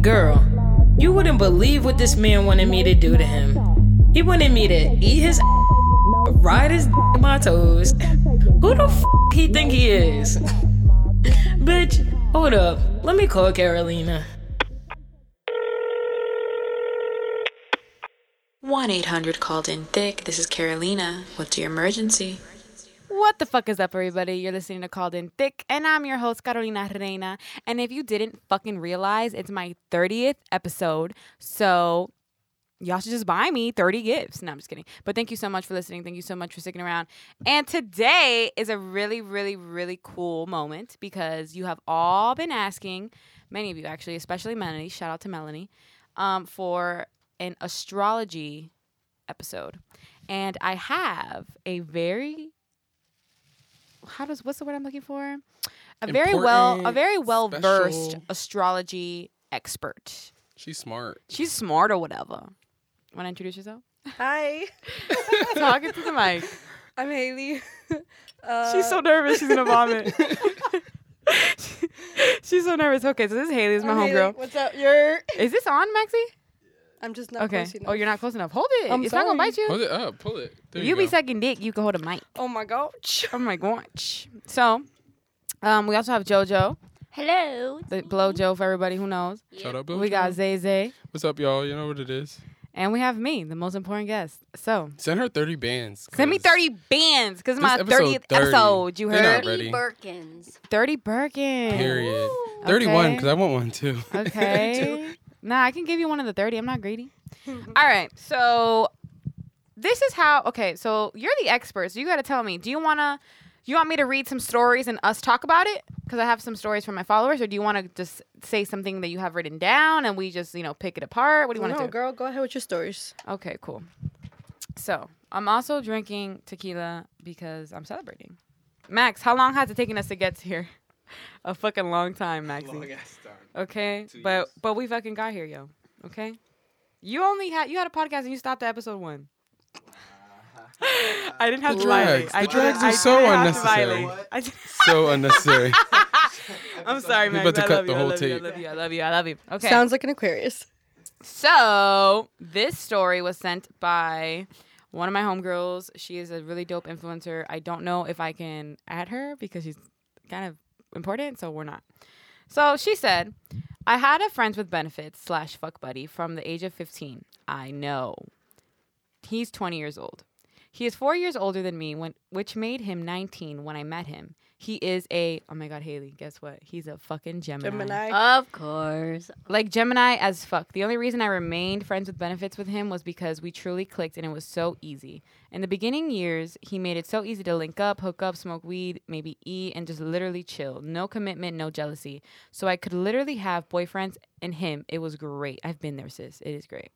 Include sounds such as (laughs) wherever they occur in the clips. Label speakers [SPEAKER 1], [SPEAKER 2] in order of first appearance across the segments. [SPEAKER 1] girl. You wouldn't believe what this man wanted me to do to him. He wanted me to eat his (laughs) ride his (laughs) in my toes. (laughs) Who the f he think he is? (laughs) Bitch, hold up. Let me call Carolina.
[SPEAKER 2] 1 800 called in thick. This is Carolina. What's your emergency?
[SPEAKER 3] What the fuck is up, everybody? You're listening to Called In Thick, and I'm your host, Carolina Reina. And if you didn't fucking realize, it's my 30th episode. So y'all should just buy me 30 gifts. No, I'm just kidding. But thank you so much for listening. Thank you so much for sticking around. And today is a really, really, really cool moment because you have all been asking, many of you actually, especially Melanie, shout out to Melanie, um, for an astrology episode. And I have a very how does what's the word I'm looking for? A very well a
[SPEAKER 4] Important,
[SPEAKER 3] very well versed
[SPEAKER 4] special.
[SPEAKER 3] astrology expert.
[SPEAKER 4] She's smart.
[SPEAKER 3] She's smart or whatever. Want to introduce (laughs) yourself?
[SPEAKER 5] Hi,
[SPEAKER 3] Talking to the mic.
[SPEAKER 5] I'm Haley. Uh,
[SPEAKER 3] She's so nervous. She's gonna vomit. (laughs) She's so nervous. Okay, so this is Haley. This is my
[SPEAKER 5] I'm Haley.
[SPEAKER 3] homegirl.
[SPEAKER 5] What's up? You're.
[SPEAKER 3] Is this on, Maxie?
[SPEAKER 5] I'm just not
[SPEAKER 3] okay.
[SPEAKER 5] close enough.
[SPEAKER 3] Oh, you're not close enough. Hold it.
[SPEAKER 5] I'm
[SPEAKER 3] it's not gonna
[SPEAKER 5] sorry.
[SPEAKER 3] bite you.
[SPEAKER 4] Hold it up. Pull it. There
[SPEAKER 3] you
[SPEAKER 4] you
[SPEAKER 3] be
[SPEAKER 4] go.
[SPEAKER 3] sucking dick. You can hold a mic.
[SPEAKER 5] Oh my gosh.
[SPEAKER 3] Oh my gosh. So, um, we also have JoJo,
[SPEAKER 6] Hello.
[SPEAKER 3] the blow Joe for everybody who knows.
[SPEAKER 4] Shut up,
[SPEAKER 3] We got Zay Zay,
[SPEAKER 4] What's up, y'all? You know what it is.
[SPEAKER 3] and we have me, the most important guest. So,
[SPEAKER 4] Send her 30 bands.
[SPEAKER 3] send me
[SPEAKER 4] 'cause
[SPEAKER 3] 30 bands because
[SPEAKER 4] this
[SPEAKER 3] my
[SPEAKER 4] episode
[SPEAKER 3] 30th
[SPEAKER 4] 30.
[SPEAKER 3] episode. You
[SPEAKER 4] They're not
[SPEAKER 3] heard?
[SPEAKER 4] ready. Freddie.
[SPEAKER 6] Birkins.
[SPEAKER 3] 30 Birkin.
[SPEAKER 4] Period. (laughs) 31,
[SPEAKER 3] Okay.
[SPEAKER 4] because I want one too.
[SPEAKER 3] Okay. nah, I can give you one of the 30. I'm not
[SPEAKER 5] (laughs)
[SPEAKER 3] greedy. All right. So this is how okay, so you're the expert, so you gotta tell me, do you wanna you want me to read some stories and us talk about it? Because I have some stories from my followers, or do you wanna just say something that you have written down and we just, you know, pick it apart? What do you wanna
[SPEAKER 5] No,
[SPEAKER 3] do?
[SPEAKER 5] girl, go ahead with your stories.
[SPEAKER 3] Okay, cool. So I'm also drinking tequila because I'm celebrating. Max, how long has it taken us to get here? (laughs) A fucking long time, Maxie. Okay, but but we fucking got here, yo. Okay, you only had you had a podcast and you stopped at episode one. I didn't have
[SPEAKER 4] The
[SPEAKER 3] to violate.
[SPEAKER 4] drags.
[SPEAKER 3] I
[SPEAKER 4] The
[SPEAKER 3] didn't-
[SPEAKER 4] drags are
[SPEAKER 3] I
[SPEAKER 4] so
[SPEAKER 3] didn't have to
[SPEAKER 4] unnecessary.
[SPEAKER 3] violate. I did-
[SPEAKER 4] (laughs) so
[SPEAKER 3] (laughs)
[SPEAKER 4] unnecessary.
[SPEAKER 3] I'm sorry,
[SPEAKER 4] We're
[SPEAKER 3] Max.
[SPEAKER 4] about to
[SPEAKER 3] I
[SPEAKER 4] cut
[SPEAKER 3] love
[SPEAKER 4] the
[SPEAKER 3] you, I
[SPEAKER 4] whole
[SPEAKER 3] love you, I
[SPEAKER 4] tape.
[SPEAKER 3] love you. I love you. I love you. Okay.
[SPEAKER 5] Sounds like an Aquarius.
[SPEAKER 3] So this story was sent by one of my homegirls. She is a really dope influencer. I don't know if I can add her because she's kind of important, so we're not. So she said, I had a friends with benefits slash fuck buddy from the age of 15. I know. He's 20 years old. He is four years older than me, when, which made him 19 when I met him. He is a, oh my God, Haley, guess what? He's a fucking
[SPEAKER 5] Gemini.
[SPEAKER 6] Of course.
[SPEAKER 3] like Gemini as fuck. The only reason I remained friends with benefits with him was because we truly clicked and it was so easy. In the beginning years, he made it so easy to link up, hook up, smoke weed, maybe eat, and just literally chill. No commitment, no jealousy. So I could literally have boyfriends and him. It was great. I've been there, sis. It is great.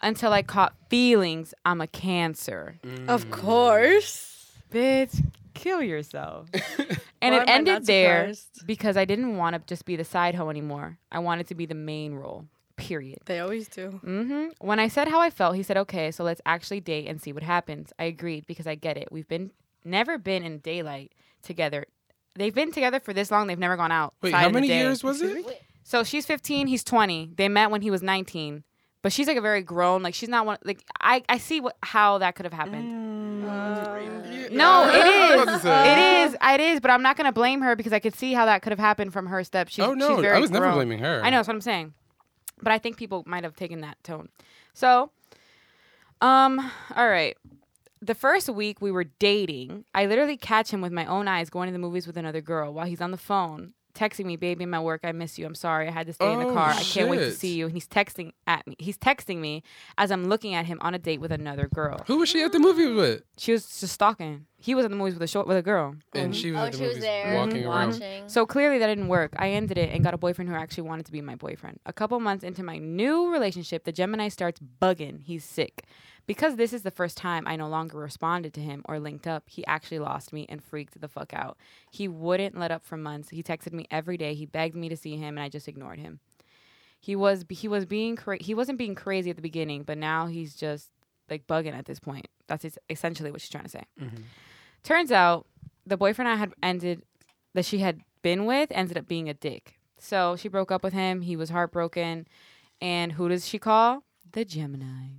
[SPEAKER 3] Until I caught feelings. I'm a cancer.
[SPEAKER 4] Mm.
[SPEAKER 5] Of course.
[SPEAKER 3] Bitch, kill
[SPEAKER 4] (laughs)
[SPEAKER 3] yourself. and
[SPEAKER 5] Why
[SPEAKER 3] it
[SPEAKER 5] am I
[SPEAKER 3] ended
[SPEAKER 5] not
[SPEAKER 3] there
[SPEAKER 5] surprised?
[SPEAKER 3] because I didn't want to just be the side hoe anymore. I wanted to be the main role. Period.
[SPEAKER 5] They always do.
[SPEAKER 3] hmm When I said how I felt, he said, "Okay, so let's actually date and see what happens." I agreed because I get it. We've been never been in daylight together. They've been together for this long. They've never gone out.
[SPEAKER 4] Wait,
[SPEAKER 3] side
[SPEAKER 4] how
[SPEAKER 3] in the
[SPEAKER 4] many
[SPEAKER 3] day.
[SPEAKER 4] years was it?
[SPEAKER 3] So she's 15, he's 20. They met when he was 19. But she's like a very grown, like she's not one like I I see what how that could have happened. Uh, No, it
[SPEAKER 4] I was about to
[SPEAKER 3] is.
[SPEAKER 4] say.
[SPEAKER 3] It is. It is, but I'm not going to blame her because I could see how that could have happened from her step. She's,
[SPEAKER 4] Oh, no,
[SPEAKER 3] she's very
[SPEAKER 4] I was never
[SPEAKER 3] grown.
[SPEAKER 4] blaming her.
[SPEAKER 3] I know that's what I'm saying, but I think people might have taken that tone. So, um, all right. The first week we were dating, I literally catch him with my own eyes going to the movies with another girl while he's on the phone texting me, "Baby, my work, I miss you. I'm sorry, I had to stay in the
[SPEAKER 4] Oh,
[SPEAKER 3] car. I can't wait to
[SPEAKER 4] shit.
[SPEAKER 3] see you." And he's texting at me. He's texting me as I'm looking at him on a date with another girl.
[SPEAKER 4] Who was she at the movie with?
[SPEAKER 3] She was just stalking. He was in the movies with a short with a girl.
[SPEAKER 4] And she was
[SPEAKER 6] Oh,
[SPEAKER 4] at the
[SPEAKER 6] she was
[SPEAKER 4] movies
[SPEAKER 6] there
[SPEAKER 4] walking
[SPEAKER 3] Mm-hmm.
[SPEAKER 4] around.
[SPEAKER 6] watching.
[SPEAKER 3] So clearly that didn't work. I ended it and got a boyfriend who actually wanted to be my boyfriend. A couple months into my new relationship, the Gemini starts bugging. He's sick. Because this is the first time I no longer responded to him or linked up, he actually lost me and freaked the fuck out. He wouldn't let up for months. He texted me every day. He begged me to see him and I just ignored him. He was he was being cra- he wasn't being crazy at the beginning, but now he's just like bugging at this point. That's es- essentially what she's trying to say. Turns out the boyfriend I had ended that she had been with ended up being a dick. So she broke up with him. He was heartbroken. And who does she call? The Gemini.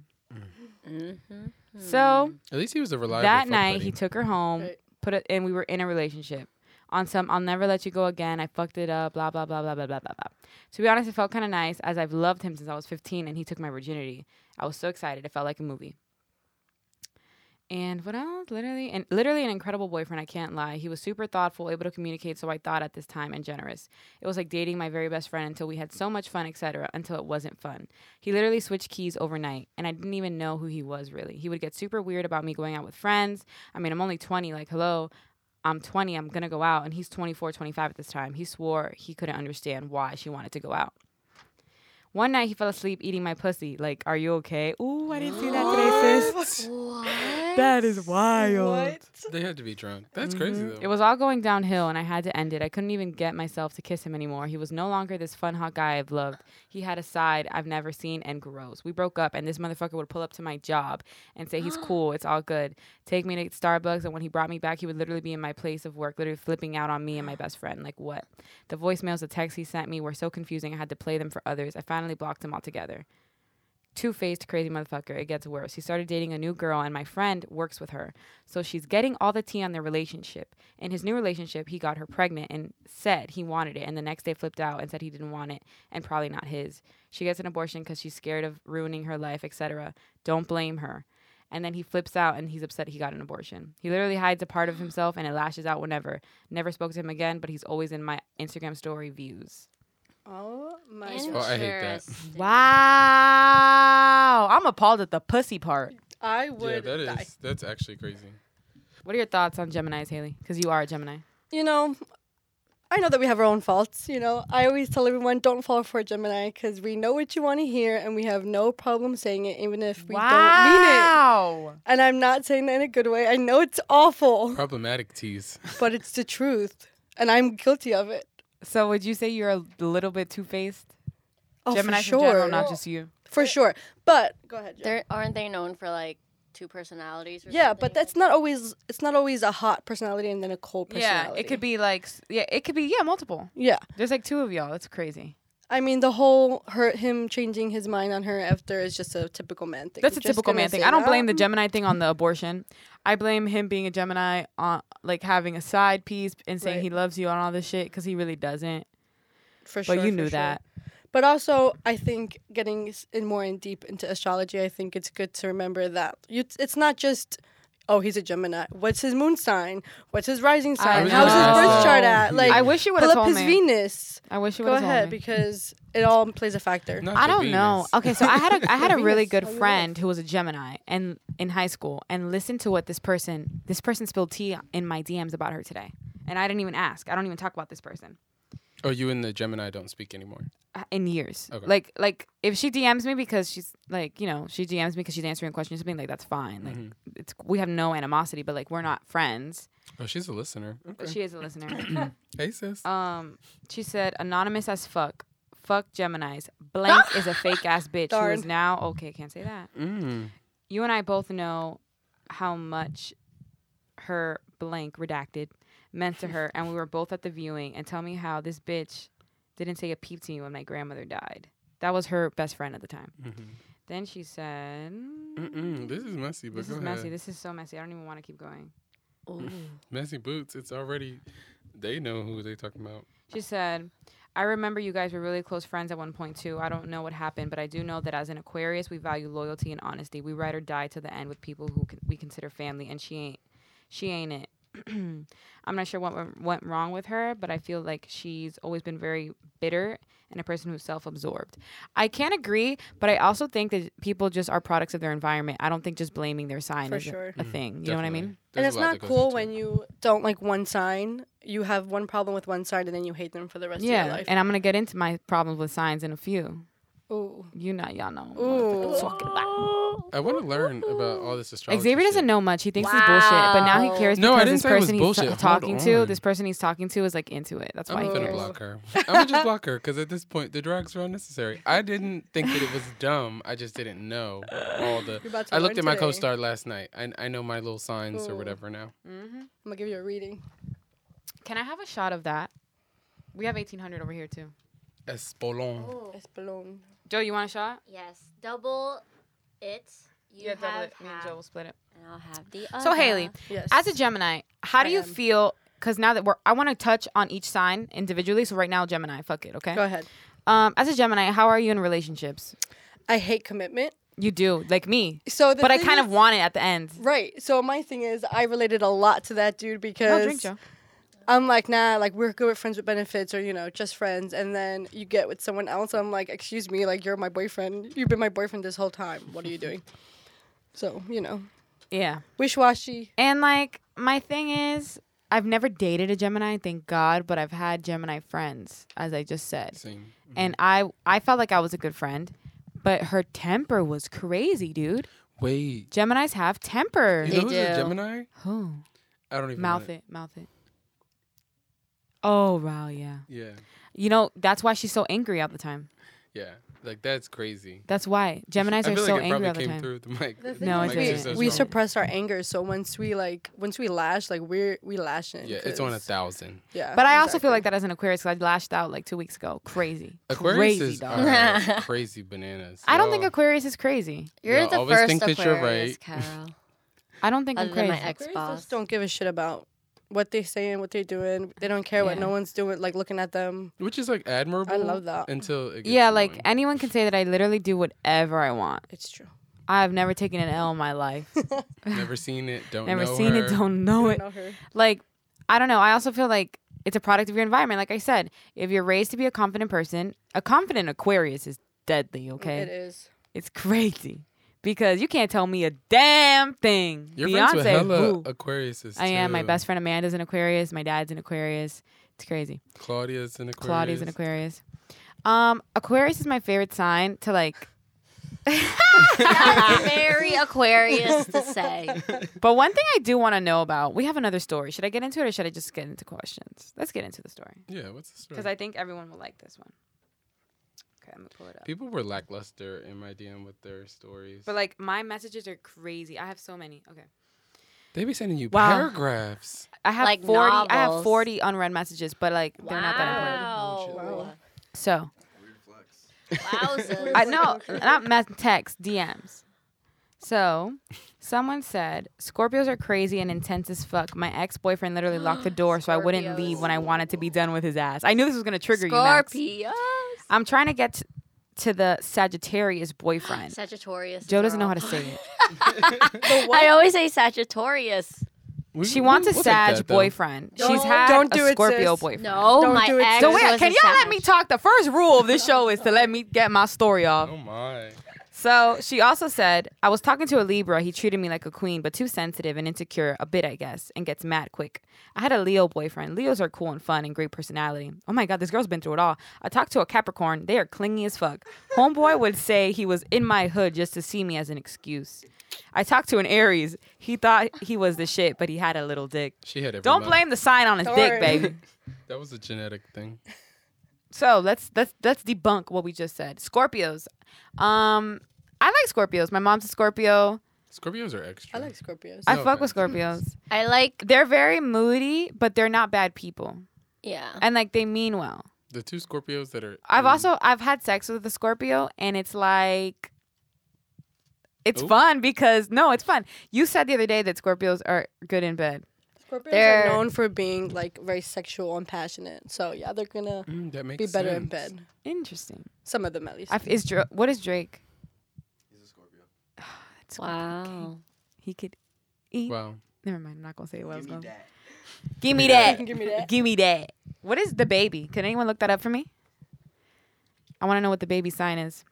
[SPEAKER 3] So
[SPEAKER 4] At least he was a reliable.
[SPEAKER 3] that
[SPEAKER 4] fuck
[SPEAKER 3] night
[SPEAKER 4] buddy.
[SPEAKER 3] he took her home,
[SPEAKER 5] Right.
[SPEAKER 3] put it, and we were in a relationship. On some, I'll never let you go again. I fucked it up. Blah blah blah blah blah blah blah blah. To be honest, it felt kind of nice, as I've loved him since I was 15, and he took my virginity. I was so excited. It felt like a movie. And what else? Literally, and literally an incredible boyfriend. I can't lie. He was super thoughtful, able to communicate. So I thought at this time and generous. It was like dating my very best friend until we had so much fun, etc. Until it wasn't fun. He literally switched keys overnight, and I didn't even know who he was really. He would get super weird about me going out with friends. I mean, I'm only 20. Like, hello, I'm 20. I'm gonna go out, and he's 24, 25 at this time. He swore he couldn't understand why she wanted to go out. One night he fell asleep eating my pussy. Like, are you okay? Ooh, I didn't see that today, sis. That is wild.
[SPEAKER 4] (laughs) They had to be drunk. That's crazy though.
[SPEAKER 3] Mm-hmm. It was all going downhill and I had to end it. I couldn't even get myself to kiss him anymore. He was no longer this fun hot guy I've loved. He had a side I've never seen and gross. We broke up and this motherfucker would pull up to my job and say he's cool, it's all good. Take me to Starbucks and when he brought me back, he would literally be in my place of work, literally flipping out on me and my best friend. Like what? The voicemails, the texts he sent me were so confusing. I had to play them for others. I finally blocked him altogether two faced crazy motherfucker. It gets worse. He started dating a new girl, and my friend works with her. So she's getting all the tea on their relationship. In his new relationship, he got her pregnant and said he wanted it. And the next day, flipped out and said he didn't want it and probably not his. She gets an abortion because she's scared of ruining her life, etc. Don't blame her. And then he flips out and he's upset he got an abortion. He literally hides a part of himself and it lashes out whenever. Never spoke to him again, but he's always in my Instagram story views.
[SPEAKER 5] Oh my
[SPEAKER 6] Interesting.
[SPEAKER 5] God.
[SPEAKER 4] I hate that.
[SPEAKER 3] Wow. I'm appalled at the pussy part.
[SPEAKER 5] I
[SPEAKER 4] yeah,
[SPEAKER 5] would
[SPEAKER 4] that is.
[SPEAKER 5] die.
[SPEAKER 4] That's actually crazy.
[SPEAKER 3] What are your thoughts on Gemini's, Haley? Because you are a Gemini.
[SPEAKER 5] You know, I know that we have our own faults. You know, I always tell everyone don't fall for Gemini because we know what you want to hear and we have no problem saying it, even if we don't mean it. And I'm not saying that in a good way. I know it's awful,
[SPEAKER 4] Problematic tease.
[SPEAKER 5] but it's the truth, and I'm guilty of it.
[SPEAKER 3] So would you say you're a little bit two faced?
[SPEAKER 5] Oh,
[SPEAKER 3] Gemini
[SPEAKER 5] for sure,
[SPEAKER 3] in general, not just you.
[SPEAKER 5] for sure. But go ahead. Jen.
[SPEAKER 6] There aren't they known for like two personalities? Or
[SPEAKER 5] Yeah,
[SPEAKER 6] something?
[SPEAKER 5] but that's not always. It's not always a hot personality and then a cold personality.
[SPEAKER 3] be like yeah, it could be yeah, multiple.
[SPEAKER 5] Yeah,
[SPEAKER 3] There's like two of y'all. That's crazy.
[SPEAKER 5] I mean the whole her him changing his mind on her after is just a typical man thing.
[SPEAKER 3] That's a
[SPEAKER 5] You're just
[SPEAKER 3] typical
[SPEAKER 5] gonna
[SPEAKER 3] man thing.
[SPEAKER 5] say
[SPEAKER 3] I don't
[SPEAKER 5] that.
[SPEAKER 3] blame the Gemini thing on the abortion. I blame him being a Gemini on like having a side piece and saying
[SPEAKER 5] Right.
[SPEAKER 3] he loves you and all this shit because he really doesn't.
[SPEAKER 5] for
[SPEAKER 3] But
[SPEAKER 5] sure.
[SPEAKER 3] you
[SPEAKER 5] for
[SPEAKER 3] knew
[SPEAKER 5] sure.
[SPEAKER 3] that.
[SPEAKER 5] But also, I think getting s- in more in deep into astrology, I think it's good to remember that you, it's not just, oh, he's a Gemini. What's his moon sign? What's his rising sign?
[SPEAKER 4] was
[SPEAKER 5] How's his
[SPEAKER 4] gonna ask
[SPEAKER 5] birth
[SPEAKER 4] that.
[SPEAKER 5] chart at? Like,
[SPEAKER 3] I wish you would
[SPEAKER 5] pull
[SPEAKER 3] have
[SPEAKER 5] up
[SPEAKER 3] told
[SPEAKER 5] his
[SPEAKER 3] me.
[SPEAKER 5] Venus.
[SPEAKER 3] I wish you
[SPEAKER 5] Go
[SPEAKER 3] would have told
[SPEAKER 5] ahead,
[SPEAKER 3] me.
[SPEAKER 5] because it all plays a factor.
[SPEAKER 4] Not
[SPEAKER 3] I
[SPEAKER 4] the
[SPEAKER 3] don't know.
[SPEAKER 4] Venus.
[SPEAKER 3] Okay, so I had a I had a really good
[SPEAKER 5] Venus, I love.
[SPEAKER 3] friend who was a Gemini and in high school and listen to what this person this person spilled tea in my DMs about her today. And I didn't even ask. I don't even talk about this person
[SPEAKER 4] Oh, you and the Gemini don't speak anymore.
[SPEAKER 3] uh, in years.
[SPEAKER 4] Okay.
[SPEAKER 3] Like like if she DMs me because she's like, you know, she DMs me because she's answering questions or something like that's fine. Like
[SPEAKER 4] Mm-hmm.
[SPEAKER 3] it's we have no animosity, but like we're not friends.
[SPEAKER 4] Oh, she's a listener.
[SPEAKER 3] But
[SPEAKER 4] Okay.
[SPEAKER 3] she is a listener.
[SPEAKER 4] (clears throat) Hey, sis.
[SPEAKER 3] Um, she said anonymous as fuck. Fuck Gemini's. Blank is a fake ass bitch who is
[SPEAKER 5] Darn.
[SPEAKER 3] now okay. Can't say that.
[SPEAKER 4] Mm.
[SPEAKER 3] You and I both know how much her blank redacted meant to her, and we were both at the viewing. And tell me how this bitch didn't say a peep to me when my grandmother died. That was her best friend at the time.
[SPEAKER 4] Mm-hmm.
[SPEAKER 3] Then she said,
[SPEAKER 4] Mm-mm. This is messy, Mm, but
[SPEAKER 3] "This
[SPEAKER 4] go
[SPEAKER 3] is
[SPEAKER 4] ahead.
[SPEAKER 3] messy. This is so messy. I don't even want to keep going."
[SPEAKER 4] Messy boots. It's already. They know who they talking about.
[SPEAKER 3] She said, I remember you guys were really close friends at one point, too. I don't know what happened, but I do know that as an Aquarius, we value loyalty and honesty. We ride or die to the end with people who con- we consider family, and she ain't. She ain't it. (clears throat) I'm not sure what went- went wrong with her, but I feel like she's always been very bitter and a person who's self absorbed. I can't agree, but I also think that people just are products of their environment. I don't think just blaming their sign
[SPEAKER 5] For
[SPEAKER 3] is a-
[SPEAKER 5] sure.
[SPEAKER 3] a thing. You know what I mean?
[SPEAKER 5] and it's not cool when you don't like one sign. You have one problem with one sign, and then you hate them for the rest of your
[SPEAKER 3] Yeah.
[SPEAKER 5] life.
[SPEAKER 3] And I'm going to get into my problems with signs in a few.
[SPEAKER 5] Ooh.
[SPEAKER 3] You know, y'all know. what
[SPEAKER 5] Ooh.
[SPEAKER 3] I'm talking about.
[SPEAKER 4] I want to learn about all this astrology.
[SPEAKER 3] Xavier doesn't
[SPEAKER 4] shit.
[SPEAKER 3] know much. He thinks it's bullshit, but now he
[SPEAKER 6] Wow.
[SPEAKER 3] cares
[SPEAKER 4] No, I
[SPEAKER 3] because
[SPEAKER 4] didn't
[SPEAKER 3] this
[SPEAKER 4] say it was
[SPEAKER 3] person he's
[SPEAKER 4] bullshit.
[SPEAKER 3] t-
[SPEAKER 4] Hold
[SPEAKER 3] talking to,
[SPEAKER 4] on.
[SPEAKER 3] this person he's talking to is like into it. That's why
[SPEAKER 4] I'm
[SPEAKER 3] he
[SPEAKER 4] gonna
[SPEAKER 3] cares.
[SPEAKER 4] block her. (laughs) I'm gonna just block her because at this point the drugs are unnecessary. I didn't think that it was dumb. I just didn't know all the.
[SPEAKER 5] You're about to
[SPEAKER 4] I looked
[SPEAKER 5] learn
[SPEAKER 4] at my
[SPEAKER 5] today.
[SPEAKER 4] co-star last night. I I know my little signs or
[SPEAKER 5] Ooh.
[SPEAKER 4] whatever now.
[SPEAKER 5] I'm gonna give you a reading.
[SPEAKER 3] Can I have a shot of that? We have 1800 over here too.
[SPEAKER 4] Espolon.
[SPEAKER 6] Ooh.
[SPEAKER 5] It's balloon.
[SPEAKER 3] Joe, you want a shot?
[SPEAKER 6] Yes. Double it. You
[SPEAKER 3] yeah, double
[SPEAKER 6] have
[SPEAKER 3] it. Me and
[SPEAKER 6] half,
[SPEAKER 3] Joe will split it.
[SPEAKER 6] and I'll have the other.
[SPEAKER 3] So Haley,
[SPEAKER 5] Yes.
[SPEAKER 3] as a Gemini, how do
[SPEAKER 5] I
[SPEAKER 3] you
[SPEAKER 5] am.
[SPEAKER 3] feel? Because now that we're, I want to touch on each sign individually. So right now, Gemini, fuck it, okay?
[SPEAKER 5] Go ahead.
[SPEAKER 3] Um, as a Gemini, how are you in relationships?
[SPEAKER 5] I hate commitment.
[SPEAKER 3] You do like me,
[SPEAKER 5] So the
[SPEAKER 3] but I
[SPEAKER 5] thing
[SPEAKER 3] kind
[SPEAKER 5] is-
[SPEAKER 3] of want it at the end.
[SPEAKER 5] Right. So my thing is, I related a lot to that dude
[SPEAKER 3] No
[SPEAKER 5] because
[SPEAKER 3] drink, Joe.
[SPEAKER 5] I'm like, nah, like we're good with friends with benefits or, you know, just friends. And then you get with someone else. I'm like, excuse me, like you're my boyfriend. You've been my boyfriend this whole time. What are you doing? So, you know,
[SPEAKER 3] Yeah.
[SPEAKER 5] wish washy.
[SPEAKER 3] And like my thing is, I've never dated a Gemini, thank God, but I've had Gemini friends, as I just said.
[SPEAKER 4] Same.
[SPEAKER 3] And I I felt like I was a good friend, but her temper was crazy, dude.
[SPEAKER 4] Wait.
[SPEAKER 3] Geminis have temper.
[SPEAKER 4] You know who's a Gemini?
[SPEAKER 3] Who?
[SPEAKER 4] I don't even
[SPEAKER 3] Mouth
[SPEAKER 4] know.
[SPEAKER 3] it, mouth it. Oh wow, yeah.
[SPEAKER 4] Yeah.
[SPEAKER 3] You know that's why she's so angry all the time.
[SPEAKER 4] Yeah. Like that's crazy.
[SPEAKER 3] That's why Gemini's
[SPEAKER 4] I
[SPEAKER 3] are
[SPEAKER 4] feel
[SPEAKER 3] so
[SPEAKER 4] like it
[SPEAKER 3] angry
[SPEAKER 4] probably
[SPEAKER 3] all the
[SPEAKER 4] came
[SPEAKER 3] time.
[SPEAKER 4] through the mic.
[SPEAKER 3] thing No, is, it
[SPEAKER 4] Mic's
[SPEAKER 5] we,
[SPEAKER 4] just so
[SPEAKER 5] we
[SPEAKER 4] strong.
[SPEAKER 5] suppress our anger. So once we like, once we lash, like we're, we lash in.
[SPEAKER 4] Yeah, it's on a
[SPEAKER 5] 'cause-
[SPEAKER 4] thousand.
[SPEAKER 5] Yeah.
[SPEAKER 3] But I also feel like that as an Aquarius. 'cause I lashed out like two weeks ago. Crazy. crazy
[SPEAKER 4] Aquarius
[SPEAKER 3] dog. (laughs)
[SPEAKER 4] are crazy bananas.
[SPEAKER 3] I don't think
[SPEAKER 4] Y'all-
[SPEAKER 3] Aquarius is crazy.
[SPEAKER 6] You're
[SPEAKER 4] Y'all
[SPEAKER 6] the
[SPEAKER 4] always
[SPEAKER 6] first
[SPEAKER 4] think that you're
[SPEAKER 6] Aquarius,
[SPEAKER 4] right.
[SPEAKER 6] Carol.
[SPEAKER 3] I don't think
[SPEAKER 6] Other
[SPEAKER 3] I'm
[SPEAKER 6] than
[SPEAKER 3] crazy.
[SPEAKER 6] my ex
[SPEAKER 5] Aquarius
[SPEAKER 6] boss. (laughs)
[SPEAKER 5] just don't give a shit about what they saying, what they're doing. They don't care what
[SPEAKER 3] Yeah.
[SPEAKER 5] no one's doing, like looking at them.
[SPEAKER 4] which is like admirable.
[SPEAKER 5] I love that.
[SPEAKER 4] Until it gets
[SPEAKER 3] Yeah, like
[SPEAKER 4] annoying.
[SPEAKER 3] anyone can say that I literally do whatever I want.
[SPEAKER 5] It's true.
[SPEAKER 3] I've never taken an L in my
[SPEAKER 4] (laughs)
[SPEAKER 3] life.
[SPEAKER 4] never seen it, don't
[SPEAKER 3] never
[SPEAKER 4] know
[SPEAKER 3] seen
[SPEAKER 4] her.
[SPEAKER 3] it, don't know
[SPEAKER 5] You
[SPEAKER 3] it.
[SPEAKER 5] know her.
[SPEAKER 3] Like, I don't know. I also feel like it's a product of your environment. Like I said, if you're raised to be a confident person, a confident Aquarius is deadly, okay?
[SPEAKER 5] It is.
[SPEAKER 3] It's crazy because you can't tell me a damn thing.
[SPEAKER 4] You're
[SPEAKER 3] Beyonce,
[SPEAKER 4] friends with hella
[SPEAKER 3] who?
[SPEAKER 4] Aquarius.
[SPEAKER 3] I am. My best friend Amanda's an Aquarius. My dad's an Aquarius. It's crazy.
[SPEAKER 4] Claudia's an Aquarius.
[SPEAKER 3] Claudia's an Aquarius. Um, Aquarius is my favorite sign to like.
[SPEAKER 6] That's very (laughs) Aquarius to (laughs) say.
[SPEAKER 3] But one thing I do want to know about, we have another story. Should I get into it or should I just get into questions? Let's get into the story
[SPEAKER 4] Yeah, what's the story?
[SPEAKER 3] because I think everyone will like this one. Okay, I'm gonna pull it up.
[SPEAKER 4] People were lackluster in my DM with their stories.
[SPEAKER 3] But like my messages are crazy. I have so many. Okay,
[SPEAKER 4] they be sending you
[SPEAKER 3] Wow.
[SPEAKER 4] paragraphs.
[SPEAKER 3] I have
[SPEAKER 6] Like
[SPEAKER 3] forty. I have
[SPEAKER 6] novels.
[SPEAKER 3] forty unread messages, but like they're not that important.
[SPEAKER 6] Oh, Wow.
[SPEAKER 3] So
[SPEAKER 6] Wowzers.
[SPEAKER 3] I no, not mess text DMs. So, someone said Scorpios are crazy and intense as fuck. My ex boyfriend literally locked the door so I wouldn't
[SPEAKER 6] Scorpios.
[SPEAKER 3] leave when I wanted to be done with his ass. I knew this was gonna trigger you, Max.
[SPEAKER 6] Scorpios.
[SPEAKER 3] I'm trying to get t- to the Sagittarius boyfriend.
[SPEAKER 6] Sagittarius.
[SPEAKER 3] Joe
[SPEAKER 6] is
[SPEAKER 3] doesn't know how
[SPEAKER 6] wrong.
[SPEAKER 3] to say it.
[SPEAKER 6] I always say Sagittarius.
[SPEAKER 4] We-
[SPEAKER 3] She wants a
[SPEAKER 4] we'll take
[SPEAKER 3] Sag
[SPEAKER 4] that, though.
[SPEAKER 3] boyfriend. She's
[SPEAKER 5] Don't-
[SPEAKER 3] had
[SPEAKER 5] don't
[SPEAKER 3] a
[SPEAKER 5] do it,
[SPEAKER 3] Scorpio
[SPEAKER 5] sis.
[SPEAKER 3] boyfriend.
[SPEAKER 6] No,
[SPEAKER 5] Don't
[SPEAKER 6] my
[SPEAKER 5] do it,
[SPEAKER 6] ex.
[SPEAKER 3] So
[SPEAKER 5] sis.
[SPEAKER 6] was
[SPEAKER 3] wait, can
[SPEAKER 6] a
[SPEAKER 3] y'all let me
[SPEAKER 6] Sag.
[SPEAKER 3] talk? The first rule of this show is to let me get my story off.
[SPEAKER 4] Oh my.
[SPEAKER 3] So she also said, I was talking to a Libra. He treated me like a queen, but too sensitive and insecure, a bit, I guess, and gets mad quick. I had a Leo boyfriend. Leos are cool and fun and great personality. Oh my God, this girl's been through it all. I talked to a Capricorn. They are clingy as fuck. Homeboy would say he was in my hood just to see me as an excuse. I talked to an Aries. He thought he was the shit, but he had a little dick.
[SPEAKER 4] She had every
[SPEAKER 3] Don't
[SPEAKER 4] month.
[SPEAKER 3] blame the sign on his dick,
[SPEAKER 5] Sorry.
[SPEAKER 3] baby.
[SPEAKER 4] That was a genetic thing.
[SPEAKER 3] So let's let's let's debunk what we just said. Scorpios. Um, I like Scorpios. My mom's a Scorpio.
[SPEAKER 4] Scorpios are extra.
[SPEAKER 5] I like Scorpios.
[SPEAKER 3] I
[SPEAKER 4] No
[SPEAKER 3] fuck with Scorpios.
[SPEAKER 6] I like.
[SPEAKER 3] They're very moody, but they're not bad people,
[SPEAKER 6] Yeah.
[SPEAKER 3] and like they mean well.
[SPEAKER 4] the two Scorpios that are.
[SPEAKER 3] I've
[SPEAKER 4] in-
[SPEAKER 3] also I've had sex with a Scorpio, and it's like. It's
[SPEAKER 4] Ooh.
[SPEAKER 3] fun because no, it's fun. You said the other day that Scorpios are good in bed.
[SPEAKER 5] Scorpios
[SPEAKER 6] They're-
[SPEAKER 5] are known for being like very sexual and passionate. So yeah, they're gonna
[SPEAKER 4] Mm, that makes
[SPEAKER 5] be better in
[SPEAKER 4] sense.
[SPEAKER 5] bed.
[SPEAKER 3] Interesting.
[SPEAKER 5] Some of them at least.
[SPEAKER 3] I, is Dra- what is Drake? (sighs) He's a Scorpio.
[SPEAKER 6] Wow.
[SPEAKER 3] He could eat.
[SPEAKER 4] Wow.
[SPEAKER 3] Never mind. I'm not gonna say what I was going.
[SPEAKER 7] that.
[SPEAKER 3] Give me that.
[SPEAKER 5] Give me that.
[SPEAKER 3] Give me that. What is the baby? Can anyone look that up for me? I want to know what the baby sign is.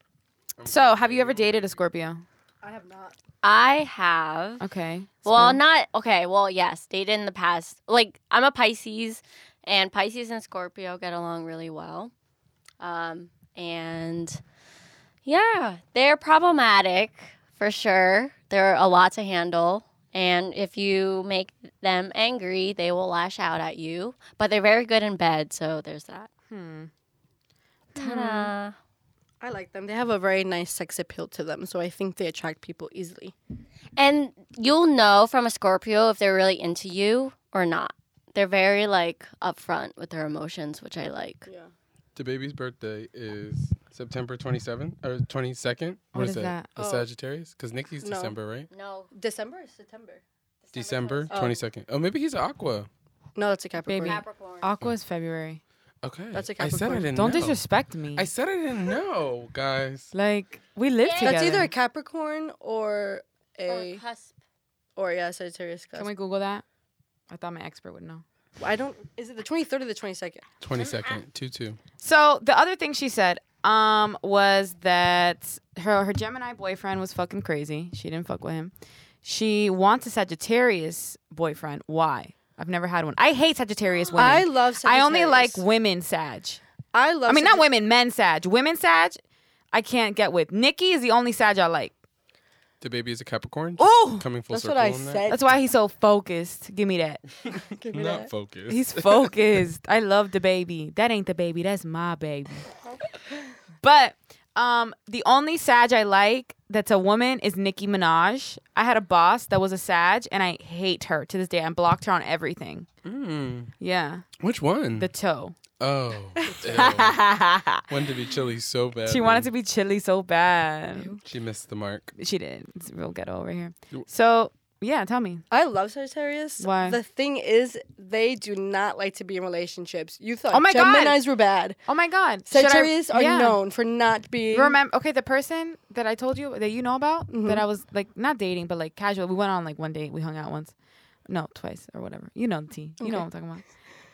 [SPEAKER 3] So, have you ever dated a Scorpio?
[SPEAKER 5] I have not.
[SPEAKER 6] I have.
[SPEAKER 3] Okay.
[SPEAKER 6] Well,
[SPEAKER 3] so-
[SPEAKER 6] not okay. Well, yes, dated in the past. Like I'm a Pisces, and Pisces and Scorpio get along really well. Um, and yeah, they're problematic for sure. They're a lot to handle, and if you make them angry, they will lash out at you. But they're very good in bed, so there's that.
[SPEAKER 3] Hmm.
[SPEAKER 6] Ta-da.
[SPEAKER 5] (laughs) I like them. They have a very nice sex appeal to them, so I think they attract people easily.
[SPEAKER 6] And you'll know from a Scorpio if they're really into you or not. They're very like upfront with their emotions, which I like.
[SPEAKER 5] Yeah.
[SPEAKER 4] The baby's birthday is September 27th or 22nd.
[SPEAKER 3] What is that?
[SPEAKER 4] A
[SPEAKER 5] Oh.
[SPEAKER 4] Sagittarius? Because Nikki's
[SPEAKER 5] No.
[SPEAKER 4] December, right?
[SPEAKER 6] No,
[SPEAKER 5] December or September?
[SPEAKER 4] December
[SPEAKER 5] Oh.
[SPEAKER 4] 22nd. Oh, maybe he's an Aqua.
[SPEAKER 5] No, that's a Capricorn.
[SPEAKER 3] Baby.
[SPEAKER 6] Capricorn.
[SPEAKER 3] Aqua is February.
[SPEAKER 4] Okay.
[SPEAKER 5] That's a
[SPEAKER 4] I said I
[SPEAKER 5] Capricorn.
[SPEAKER 4] didn't
[SPEAKER 3] Don't
[SPEAKER 4] know.
[SPEAKER 3] disrespect me.
[SPEAKER 4] Mm, I said I didn't know,
[SPEAKER 5] (laughs)
[SPEAKER 4] guys.
[SPEAKER 3] like we live
[SPEAKER 6] That's
[SPEAKER 3] together.
[SPEAKER 5] That's either a Capricorn or a
[SPEAKER 6] Or cusp.
[SPEAKER 5] or, yeah Sagittarius.
[SPEAKER 3] Can we Google that? I thought my expert would know.
[SPEAKER 5] I don't. Is it the twenty third or the twenty second?
[SPEAKER 4] 22nd, 2 2.
[SPEAKER 3] So the other thing she said um was that her her Gemini boyfriend was fucking crazy. She didn't fuck with him. She wants a Sagittarius boyfriend. Why? I've never had one. I hate Sagittarius women.
[SPEAKER 5] I love.
[SPEAKER 3] I only like
[SPEAKER 5] Sagittarius.
[SPEAKER 3] women Sag.
[SPEAKER 5] I love.
[SPEAKER 3] I mean, not
[SPEAKER 5] Sagitt-
[SPEAKER 3] women, men Sag. Women Sag, I can't get with. Nikki is the only Sag I like.
[SPEAKER 4] The baby is a Capricorn.
[SPEAKER 3] Oh,
[SPEAKER 4] Coming full
[SPEAKER 5] That's what
[SPEAKER 4] circle
[SPEAKER 5] I
[SPEAKER 4] on that.
[SPEAKER 5] said.
[SPEAKER 3] that's why he's so focused. Give me that.
[SPEAKER 5] Give me
[SPEAKER 4] Not
[SPEAKER 5] that.
[SPEAKER 4] focused.
[SPEAKER 3] He's focused. I love the baby. That ain't the baby. That's my baby. But um, the only Sag I like that's a woman is Nicki Minaj. I had a boss that was a Sag, and I hate her to this day. I blocked her on everything.
[SPEAKER 4] Mm.
[SPEAKER 3] Yeah,
[SPEAKER 4] Which one?
[SPEAKER 3] the toe.
[SPEAKER 4] oh.
[SPEAKER 5] (laughs)
[SPEAKER 4] ew.
[SPEAKER 3] she
[SPEAKER 4] Wanted to be chilly so bad.
[SPEAKER 3] wanted to be chilly so bad.
[SPEAKER 4] She missed the mark.
[SPEAKER 3] She did. It's real ghetto over here.
[SPEAKER 4] You-
[SPEAKER 3] So yeah, tell me.
[SPEAKER 5] I love Sagittarius.
[SPEAKER 3] Why?
[SPEAKER 5] The thing is, they do not like to be in relationships. You thought
[SPEAKER 3] Oh my God.
[SPEAKER 5] Gemini's were bad.
[SPEAKER 3] Oh my God, Should I-
[SPEAKER 5] Sagittarius are
[SPEAKER 3] yeah.
[SPEAKER 5] known for not being.
[SPEAKER 3] Remember, okay, the person that I told you that you know about
[SPEAKER 5] Mhm.
[SPEAKER 3] that I was like not dating, but like casual. We went on like one date. We hung out once, no, twice or whatever. You know the T. You know what I'm talking about.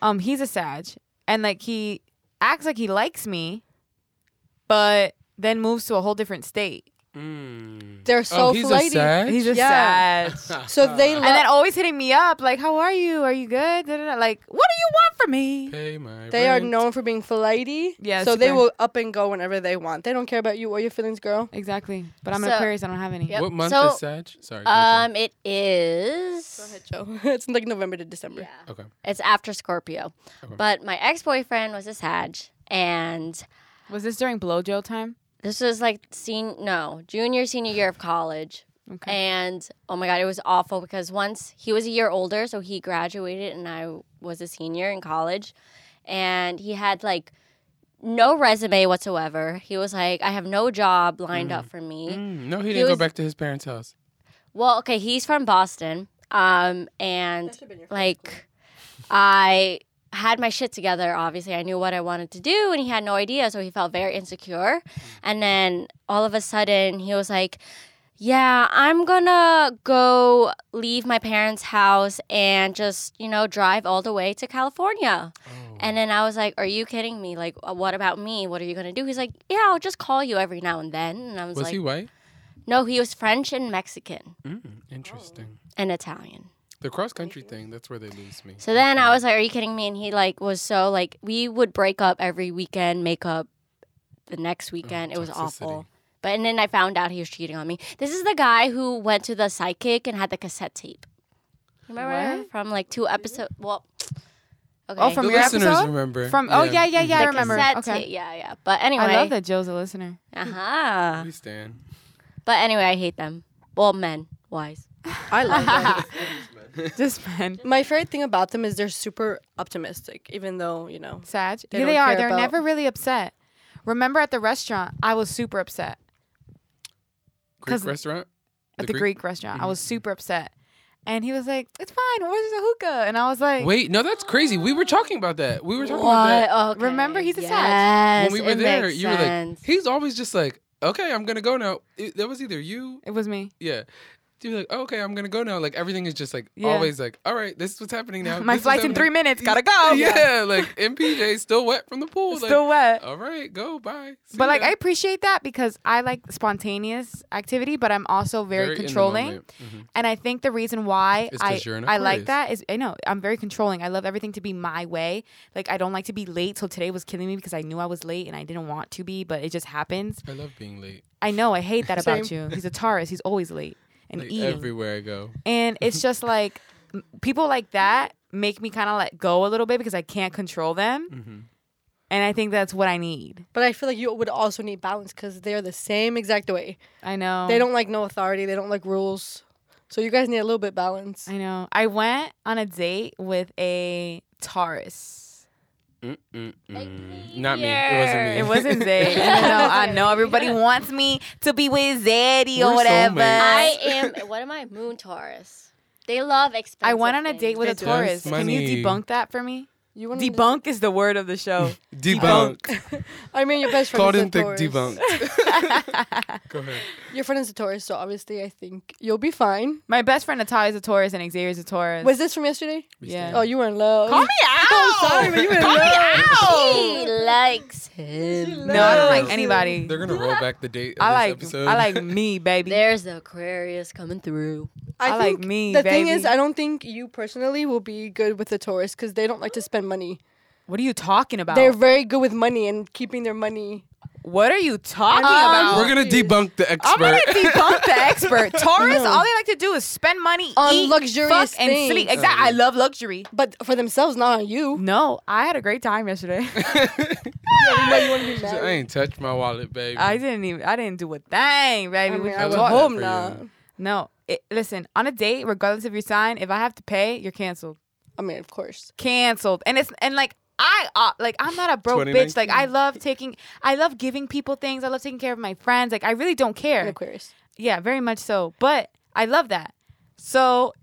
[SPEAKER 3] Um, he's a Sag, and like he acts like he likes me, but then moves to a whole different state.
[SPEAKER 4] Mm.
[SPEAKER 5] They're so
[SPEAKER 4] oh, he's
[SPEAKER 5] flighty.
[SPEAKER 4] a sag?
[SPEAKER 3] He's a
[SPEAKER 5] Yeah.
[SPEAKER 3] Sag,
[SPEAKER 5] (laughs) So they love.
[SPEAKER 3] and then always hitting me up like, "How are you? Are you good?" Da, da, da. Like, what do you want from me?
[SPEAKER 4] Pay my
[SPEAKER 5] they are
[SPEAKER 4] rent.
[SPEAKER 5] known for being flighty.
[SPEAKER 3] Yes,
[SPEAKER 5] So they
[SPEAKER 3] correct.
[SPEAKER 5] will up and go whenever they want. They don't care about you or your feelings, girl.
[SPEAKER 3] Exactly, but I'm an
[SPEAKER 6] So-
[SPEAKER 3] Aquarius. I don't have any.
[SPEAKER 6] Yep.
[SPEAKER 4] What month
[SPEAKER 6] So,
[SPEAKER 4] is Sag? Sorry.
[SPEAKER 6] Um, it is.
[SPEAKER 5] Go ahead, Joe. (laughs) it's like November to December.
[SPEAKER 6] Yeah.
[SPEAKER 4] Okay.
[SPEAKER 6] It's after Scorpio.
[SPEAKER 4] Okay.
[SPEAKER 6] But my ex boyfriend was a Sag, and
[SPEAKER 3] Was this during blowjo time?
[SPEAKER 6] this was like seen no junior senior year of college.
[SPEAKER 3] Okay.
[SPEAKER 6] And oh my god, it was awful because once he was a year older, so he graduated, and I was a senior in college, and he had like no resume whatsoever. He was like, I have no job lined up for me.
[SPEAKER 4] Mm, no, he didn't go
[SPEAKER 6] was-
[SPEAKER 4] back to his parents' house.
[SPEAKER 6] Well, okay, he's from Boston. Um, and like, I had my shit together. Obviously, I knew what I wanted to do, and he had no idea, so he felt very insecure. And then all of a sudden, he was like, "Yeah, I'm gonna go leave my parents' house and just, you know, drive all the way to California."
[SPEAKER 4] Oh.
[SPEAKER 6] And then I was like, "Are you kidding me? Like, uh, what about me? What are you gonna do?" He's like, "Yeah, I'll just call you every now and then." And I was,
[SPEAKER 4] Was
[SPEAKER 6] like,
[SPEAKER 4] he white?
[SPEAKER 6] "No, he was French and Mexican."
[SPEAKER 4] Mm, interesting.
[SPEAKER 6] and Italian.
[SPEAKER 4] The cross country thing, that's where they lose me.
[SPEAKER 6] So then I was like, "Are you kidding me?" And he like was so like we would break up every weekend, make up the
[SPEAKER 4] Oh,
[SPEAKER 6] next weekend. it was
[SPEAKER 4] toxicity.
[SPEAKER 6] awful. But and then I found out he was cheating on me. This is the guy who went to the psychic and had the cassette tape. Remember from like two episodes? Well, okay.
[SPEAKER 3] Oh, from
[SPEAKER 4] the
[SPEAKER 3] your
[SPEAKER 4] listeners
[SPEAKER 3] episode?
[SPEAKER 4] remember.
[SPEAKER 3] From oh yeah yeah yeah I
[SPEAKER 6] the
[SPEAKER 3] remember.
[SPEAKER 6] cassette
[SPEAKER 3] Okay.
[SPEAKER 6] tape. Yeah, yeah. But anyway,
[SPEAKER 3] I love that Joe's a
[SPEAKER 4] (laughs)
[SPEAKER 3] listener.
[SPEAKER 6] Uh huh.
[SPEAKER 4] We stand.
[SPEAKER 6] But anyway, I hate them. Well, men, wise.
[SPEAKER 5] I love them.
[SPEAKER 3] Just men.
[SPEAKER 5] My favorite thing about them is they're super optimistic, even though, you know.
[SPEAKER 3] Sag.
[SPEAKER 5] They
[SPEAKER 3] yeah,
[SPEAKER 5] don't
[SPEAKER 3] they are.
[SPEAKER 5] care
[SPEAKER 3] They're
[SPEAKER 5] about-
[SPEAKER 3] never really upset. Remember at the restaurant, I was super upset.
[SPEAKER 4] Greek
[SPEAKER 3] 'Cause-
[SPEAKER 4] restaurant?
[SPEAKER 3] At the, Greek, restaurant,
[SPEAKER 4] Mm-hmm.
[SPEAKER 3] I was super upset. And he was like, "It's fine. Where's the hookah?" And I was like,
[SPEAKER 4] Wait, no, that's crazy. We were talking about that. We were talking about that.
[SPEAKER 6] What? Okay.
[SPEAKER 3] Remember, he's a
[SPEAKER 6] yes,
[SPEAKER 3] Sag.
[SPEAKER 4] when we were
[SPEAKER 6] it
[SPEAKER 4] there,
[SPEAKER 6] makes
[SPEAKER 4] you were
[SPEAKER 6] sense.
[SPEAKER 4] like, he's always just like, okay, I'm gonna go now. It, that was either you,
[SPEAKER 3] "It was me.
[SPEAKER 4] yeah. You were like, "Oh, okay, I'm gonna go now. Like everything is just like
[SPEAKER 3] Yeah.
[SPEAKER 4] always like, all right, this is what's happening
[SPEAKER 3] (laughs)
[SPEAKER 4] now.
[SPEAKER 3] My
[SPEAKER 4] This is
[SPEAKER 3] flight's in
[SPEAKER 4] happening."
[SPEAKER 3] three minutes. Gotta go."
[SPEAKER 4] (laughs)
[SPEAKER 3] (laughs)
[SPEAKER 4] Yeah, like MPJ still wet from the pool.
[SPEAKER 3] It's
[SPEAKER 4] Like, oh,
[SPEAKER 3] Still wet.
[SPEAKER 4] all right, go bye. See
[SPEAKER 3] But like,
[SPEAKER 4] ya.
[SPEAKER 3] I appreciate that because I like spontaneous activity, but I'm also very,
[SPEAKER 4] in the
[SPEAKER 3] controlling.
[SPEAKER 4] moment. Mhm.
[SPEAKER 3] And I think the reason why
[SPEAKER 4] It's 'cause
[SPEAKER 3] I
[SPEAKER 4] you're an
[SPEAKER 3] I like
[SPEAKER 4] Aquarius.
[SPEAKER 3] that is I know I'm very controlling. I love everything to be my way. Like I don't like to be late. So today was killing me because I knew I was late and I didn't want to be, but it just happens.
[SPEAKER 4] I love being late.
[SPEAKER 3] I know I hate that
[SPEAKER 4] (laughs)
[SPEAKER 3] about you. He's a Taurus. He's always late and
[SPEAKER 4] Like,
[SPEAKER 3] eating.
[SPEAKER 4] (laughs) everywhere I go.
[SPEAKER 3] and it's just like m- people like that make me kind of let go a little bit because I can't control them.
[SPEAKER 4] Mm-hmm.
[SPEAKER 3] And I think that's what I need.
[SPEAKER 5] But I feel like you would also need balance because they're the same exact way.
[SPEAKER 3] I know
[SPEAKER 5] They don't like no authority. They don't like rules. So you guys need a little bit balance.
[SPEAKER 3] I know. I went on a date with a Taurus.
[SPEAKER 4] Mm-mm-mm. Not me. It wasn't
[SPEAKER 3] (laughs)
[SPEAKER 4] me.
[SPEAKER 3] It wasn't
[SPEAKER 4] (laughs)
[SPEAKER 3] Zay. Even though I know everybody wants me to be with Zaddy or
[SPEAKER 4] We're
[SPEAKER 3] whatever.
[SPEAKER 4] soulmates.
[SPEAKER 6] I am. What am I? Moon Taurus. They love expensive.
[SPEAKER 3] I went on a date
[SPEAKER 6] things.
[SPEAKER 3] with a
[SPEAKER 5] That's
[SPEAKER 3] Taurus. Can
[SPEAKER 4] money.
[SPEAKER 3] you debunk that for me?
[SPEAKER 5] You wanna just-
[SPEAKER 3] Debunk is the word of the show.
[SPEAKER 4] Debunked.
[SPEAKER 5] I mean, your best friend
[SPEAKER 4] Called
[SPEAKER 5] is
[SPEAKER 4] in
[SPEAKER 5] a
[SPEAKER 4] thick
[SPEAKER 5] Taurus.
[SPEAKER 3] (laughs)
[SPEAKER 4] debunked. Go ahead.
[SPEAKER 5] Your friend is a Taurus, so obviously I think you'll be fine.
[SPEAKER 3] My best friend Natalia is a Taurus and Xavier's a Taurus.
[SPEAKER 5] Was this from yesterday?
[SPEAKER 3] yeah.
[SPEAKER 5] Oh, you were in love.
[SPEAKER 3] Call me out.
[SPEAKER 5] sorry, but you were in
[SPEAKER 3] Call me out.
[SPEAKER 6] He likes him.
[SPEAKER 3] No, I don't like
[SPEAKER 4] Yes.
[SPEAKER 3] anybody.
[SPEAKER 4] They're gonna roll back the date. Of
[SPEAKER 3] I
[SPEAKER 4] this
[SPEAKER 3] like
[SPEAKER 4] Episode.
[SPEAKER 3] I like me, baby.
[SPEAKER 6] There's the Aquarius coming through.
[SPEAKER 3] I like
[SPEAKER 5] think
[SPEAKER 3] me,
[SPEAKER 5] The thing is,
[SPEAKER 3] baby.
[SPEAKER 5] I don't think you personally will be good with the Taurus because they don't like to spend money.
[SPEAKER 3] What are you talking about?
[SPEAKER 5] They're very good with money and keeping their money.
[SPEAKER 3] what are you talking about?
[SPEAKER 4] We're gonna debunk the expert.
[SPEAKER 3] I'm gonna debunk the
[SPEAKER 4] (laughs)
[SPEAKER 3] expert. Taurus, all they like to do is spend money
[SPEAKER 5] On
[SPEAKER 3] eat,
[SPEAKER 5] luxurious
[SPEAKER 3] fuck, and
[SPEAKER 5] things.
[SPEAKER 3] sleep. Exactly. I love luxury.
[SPEAKER 5] But for themselves, not on you.
[SPEAKER 3] No, I had a great time yesterday. (laughs)
[SPEAKER 4] (laughs) She said, I ain't touched my wallet, baby.
[SPEAKER 3] I didn't even. I didn't do a thing, baby.
[SPEAKER 5] I
[SPEAKER 3] What
[SPEAKER 5] mean,
[SPEAKER 3] you
[SPEAKER 5] I would
[SPEAKER 4] talking
[SPEAKER 5] hope
[SPEAKER 4] for
[SPEAKER 5] not.
[SPEAKER 4] you?
[SPEAKER 3] No, it, listen. On a date, regardless of your sign, if I have to pay, you're canceled.
[SPEAKER 5] I mean, of course.
[SPEAKER 3] Canceled. And it's and like I uh, like I'm not a broke bitch. Like I love taking, I love giving people things. I love taking care of my friends. Like I really don't
[SPEAKER 5] I'm
[SPEAKER 3] care.
[SPEAKER 5] Aquarius.
[SPEAKER 3] Yeah, very much so. But I love that. So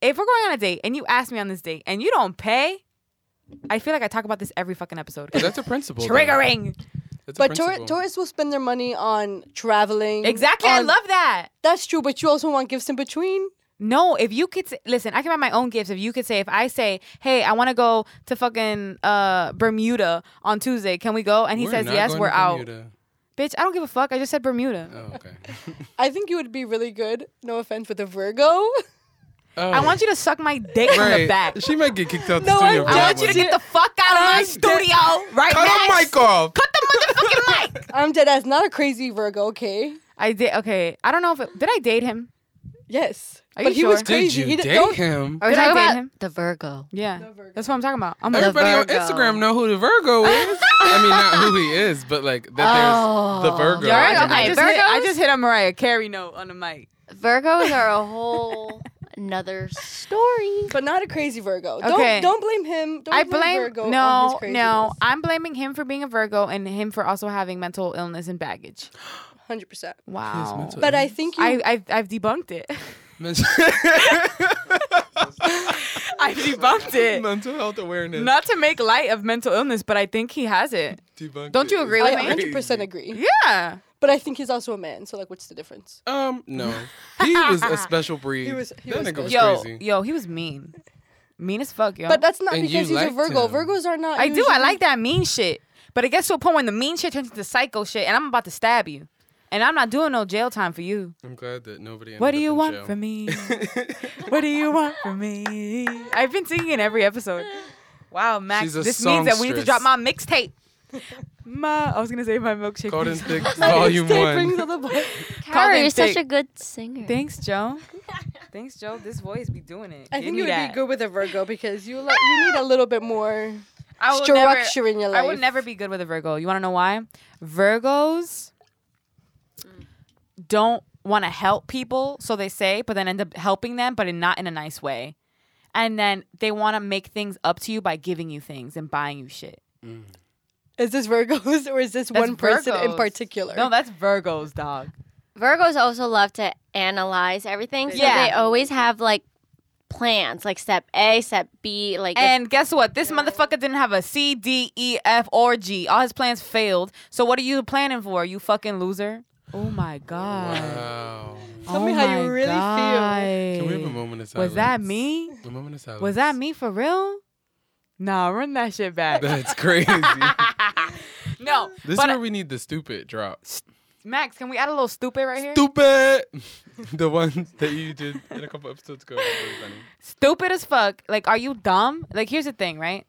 [SPEAKER 3] if we're going on a date and you ask me on this date and you don't pay, I feel like I talk about this every fucking episode.
[SPEAKER 4] But that's a principle. though.
[SPEAKER 3] Triggering.
[SPEAKER 4] That's a
[SPEAKER 5] But Taur-
[SPEAKER 4] principle.
[SPEAKER 5] Taurus will spend their money on traveling.
[SPEAKER 3] Exactly. I
[SPEAKER 5] on-
[SPEAKER 3] love that.
[SPEAKER 5] That's true, but you also want gifts in between.
[SPEAKER 3] No, if you could say, listen, I can buy my own gifts. If you could say, if I say, hey, I want to go to fucking uh, Bermuda on Tuesday, can we go? And he
[SPEAKER 4] We're
[SPEAKER 3] says
[SPEAKER 4] not
[SPEAKER 3] yes,
[SPEAKER 4] going
[SPEAKER 3] we're
[SPEAKER 4] to
[SPEAKER 3] out.
[SPEAKER 4] Bermuda.
[SPEAKER 3] Bitch, I don't give a fuck. I just said Bermuda.
[SPEAKER 4] Oh, okay.
[SPEAKER 5] I think you would be really good. No offense, with a Virgo. (laughs)
[SPEAKER 3] (laughs)
[SPEAKER 4] Oh.
[SPEAKER 3] I want you to suck my dick from the
[SPEAKER 4] Right.
[SPEAKER 3] back.
[SPEAKER 4] She might get kicked out the
[SPEAKER 5] No, I
[SPEAKER 4] studio. for
[SPEAKER 3] I
[SPEAKER 4] that
[SPEAKER 3] want you to
[SPEAKER 4] one.
[SPEAKER 3] get the fuck out of my studio right
[SPEAKER 4] Cut
[SPEAKER 3] now.
[SPEAKER 4] her mic off.
[SPEAKER 3] Cut the motherfucking mic.
[SPEAKER 5] I'm dead ass, not a crazy Virgo, okay?
[SPEAKER 3] I did. Okay. I don't know if it, did I date him.
[SPEAKER 5] Yes.
[SPEAKER 3] Are
[SPEAKER 5] but
[SPEAKER 3] you
[SPEAKER 5] he
[SPEAKER 3] sure?
[SPEAKER 5] was
[SPEAKER 3] Did
[SPEAKER 4] Did
[SPEAKER 5] crazy.
[SPEAKER 4] you
[SPEAKER 5] he
[SPEAKER 4] date
[SPEAKER 5] don't-
[SPEAKER 4] him?
[SPEAKER 6] Are
[SPEAKER 3] Did I date him?
[SPEAKER 6] The Virgo.
[SPEAKER 3] Yeah, that's what I'm talking about. I'm
[SPEAKER 4] Everybody on
[SPEAKER 6] Virgo.
[SPEAKER 4] Instagram know who
[SPEAKER 3] (laughs)
[SPEAKER 4] the Virgo is. I mean, not who he is, but like that there's
[SPEAKER 3] Oh.
[SPEAKER 4] the Virgo.
[SPEAKER 3] All right,
[SPEAKER 6] Virgo.
[SPEAKER 3] I,
[SPEAKER 6] Hey,
[SPEAKER 3] just hit, I
[SPEAKER 6] Virgos?
[SPEAKER 3] just hit a Mariah Carey note on the mic.
[SPEAKER 6] Virgos are a whole another story.
[SPEAKER 5] But not a crazy Virgo.
[SPEAKER 3] Okay.
[SPEAKER 5] Don't don't blame him. Don't
[SPEAKER 3] I
[SPEAKER 5] blame,
[SPEAKER 3] blame
[SPEAKER 5] Virgo on his
[SPEAKER 3] no,
[SPEAKER 5] craziness.
[SPEAKER 3] no. I'm blaming him for being a Virgo and him for also having mental illness and baggage.
[SPEAKER 5] hundred percent.
[SPEAKER 3] Wow.
[SPEAKER 4] mental-
[SPEAKER 5] But I think you.
[SPEAKER 3] I, I've, I've debunked it. (laughs) I've debunked it.
[SPEAKER 4] Mental health (laughs) awareness.
[SPEAKER 3] Not to make light of mental illness, but I think he has it.
[SPEAKER 4] Debunked
[SPEAKER 3] Don't you
[SPEAKER 4] it.
[SPEAKER 3] agree
[SPEAKER 5] I
[SPEAKER 3] with me?
[SPEAKER 5] hundred percent agree.
[SPEAKER 3] Yeah.
[SPEAKER 5] But I think he's also a man. So like, what's the difference?
[SPEAKER 4] Um, no. He was
[SPEAKER 5] (laughs)
[SPEAKER 4] a special breed.
[SPEAKER 5] He was- he
[SPEAKER 4] that
[SPEAKER 5] was
[SPEAKER 4] nigga was
[SPEAKER 3] Yo,
[SPEAKER 4] crazy.
[SPEAKER 3] yo, he was mean. Mean as fuck, yo.
[SPEAKER 5] But that's not
[SPEAKER 4] And you
[SPEAKER 5] because he's a
[SPEAKER 4] liked
[SPEAKER 5] Virgo.
[SPEAKER 4] him.
[SPEAKER 5] Virgos are not.
[SPEAKER 3] I do. I
[SPEAKER 5] usually-
[SPEAKER 3] like that mean shit. But it gets to a point when the mean shit turns into psycho shit, and I'm about to stab you. And I'm not doing no jail time for you.
[SPEAKER 4] I'm glad that nobody.
[SPEAKER 3] What do you want from
[SPEAKER 4] (laughs)
[SPEAKER 3] me? what do you want from me? I've been singing in every episode. Wow, Max,
[SPEAKER 4] She's a
[SPEAKER 3] this means that we need to drop
[SPEAKER 4] songstress.
[SPEAKER 3] my mixtape. My, I was gonna say my milkshake.
[SPEAKER 4] (laughs) Called
[SPEAKER 3] (laughs)
[SPEAKER 4] in
[SPEAKER 3] please.
[SPEAKER 4] thick, volume
[SPEAKER 5] Brings
[SPEAKER 4] one.
[SPEAKER 5] up the boy.
[SPEAKER 6] Cara,
[SPEAKER 3] them
[SPEAKER 6] you're such
[SPEAKER 3] thick.
[SPEAKER 6] a good singer.
[SPEAKER 3] Thanks,
[SPEAKER 5] (laughs)
[SPEAKER 3] Joe. Thanks, Joe. This voice be doing it.
[SPEAKER 5] I
[SPEAKER 3] (laughs) Give
[SPEAKER 5] think
[SPEAKER 3] me
[SPEAKER 5] you would
[SPEAKER 3] that.
[SPEAKER 5] be good with a Virgo because you like you need a little bit more
[SPEAKER 3] I will never-
[SPEAKER 5] structure in your life.
[SPEAKER 3] I would never be good with a Virgo. You want to know why? Virgos
[SPEAKER 5] Mm.
[SPEAKER 3] don't want to help people, so they say, but then end up helping them, but in not in a nice way. And then they want to make things up to you by giving you things and buying you shit.
[SPEAKER 5] Is this Virgos or is this
[SPEAKER 3] That's
[SPEAKER 5] one person in
[SPEAKER 3] Virgos.
[SPEAKER 5] particular?
[SPEAKER 3] No, that's Virgos, dog.
[SPEAKER 6] Virgos also love to analyze everything. So
[SPEAKER 3] Yeah.
[SPEAKER 6] they always have like plans, like step A, step B, like if-
[SPEAKER 3] And guess what? This motherfucker didn't have a C, D, E, F, or G. All his plans failed. So what are you planning for? You fucking loser. Oh my god. Oh
[SPEAKER 4] Wow.
[SPEAKER 5] Tell me how you really feel.
[SPEAKER 4] Can we have a moment of silence?
[SPEAKER 3] Was that me?
[SPEAKER 4] A moment of silence.
[SPEAKER 3] Was that me for real? Nah, run that shit
[SPEAKER 4] (laughs)
[SPEAKER 3] back.
[SPEAKER 4] That's crazy.
[SPEAKER 3] (laughs) no,
[SPEAKER 4] this is
[SPEAKER 3] but
[SPEAKER 4] where we need the stupid drop.
[SPEAKER 3] Max, can we add a little stupid right here?
[SPEAKER 4] Stupid. (laughs) the one that you did in a couple episodes ago. was really funny.
[SPEAKER 3] stupid as fuck. Like, are you dumb? Like, here's the thing, right?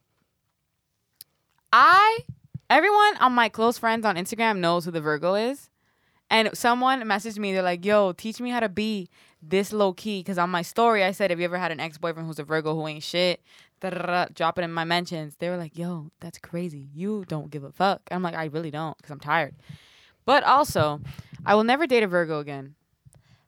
[SPEAKER 3] I, everyone on my close friends on Instagram knows who the Virgo is. And someone messaged me, they're like, yo, teach me how to be this low key. Cause on my story, I said, have you ever had an ex boyfriend who's a Virgo who ain't shit? Da-da-da, drop it in my mentions. They were like, yo, that's crazy. You don't give a fuck. I'm like, I really don't, cause I'm tired. But also, I will never date a Virgo again.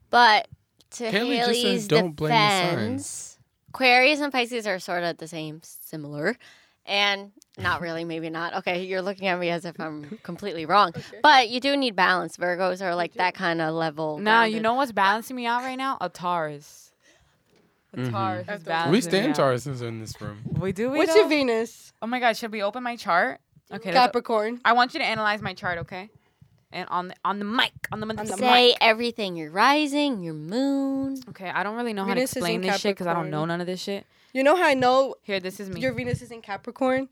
[SPEAKER 6] but to
[SPEAKER 4] Haley just said,
[SPEAKER 6] Haley's
[SPEAKER 4] "Don't blame the sign."
[SPEAKER 6] defense, Aquarius and Pisces are sort of the same, similar, and
[SPEAKER 4] (laughs)
[SPEAKER 6] not really, maybe not. Okay, you're looking at me as if I'm completely wrong, but you do need balance. Virgos are like that kind of level.
[SPEAKER 3] No, you
[SPEAKER 6] grounded.
[SPEAKER 3] know what's balancing me out right now? A Taurus. A
[SPEAKER 4] Mhm.
[SPEAKER 3] Taurus
[SPEAKER 5] That's
[SPEAKER 3] is
[SPEAKER 5] the one.
[SPEAKER 3] balancing
[SPEAKER 4] We
[SPEAKER 3] me
[SPEAKER 4] stand
[SPEAKER 3] out.
[SPEAKER 4] Tauruses in this room.
[SPEAKER 3] We do. We
[SPEAKER 5] What's
[SPEAKER 3] though?
[SPEAKER 5] your Venus?
[SPEAKER 3] Oh my God! Should we open my chart? Okay. let's-
[SPEAKER 5] Capricorn.
[SPEAKER 3] I want you to analyze my chart, okay? And on the on the mic, on the,
[SPEAKER 5] the
[SPEAKER 3] mic.
[SPEAKER 6] Say everything. Your rising, your moon.
[SPEAKER 3] Okay, I don't really know how
[SPEAKER 5] Venus is
[SPEAKER 3] to
[SPEAKER 5] in
[SPEAKER 3] explain this shit because I don't
[SPEAKER 5] Capricorn.
[SPEAKER 3] know none of this shit.
[SPEAKER 5] You know how I know
[SPEAKER 3] Here, this is me.
[SPEAKER 5] your Venus is in Capricorn?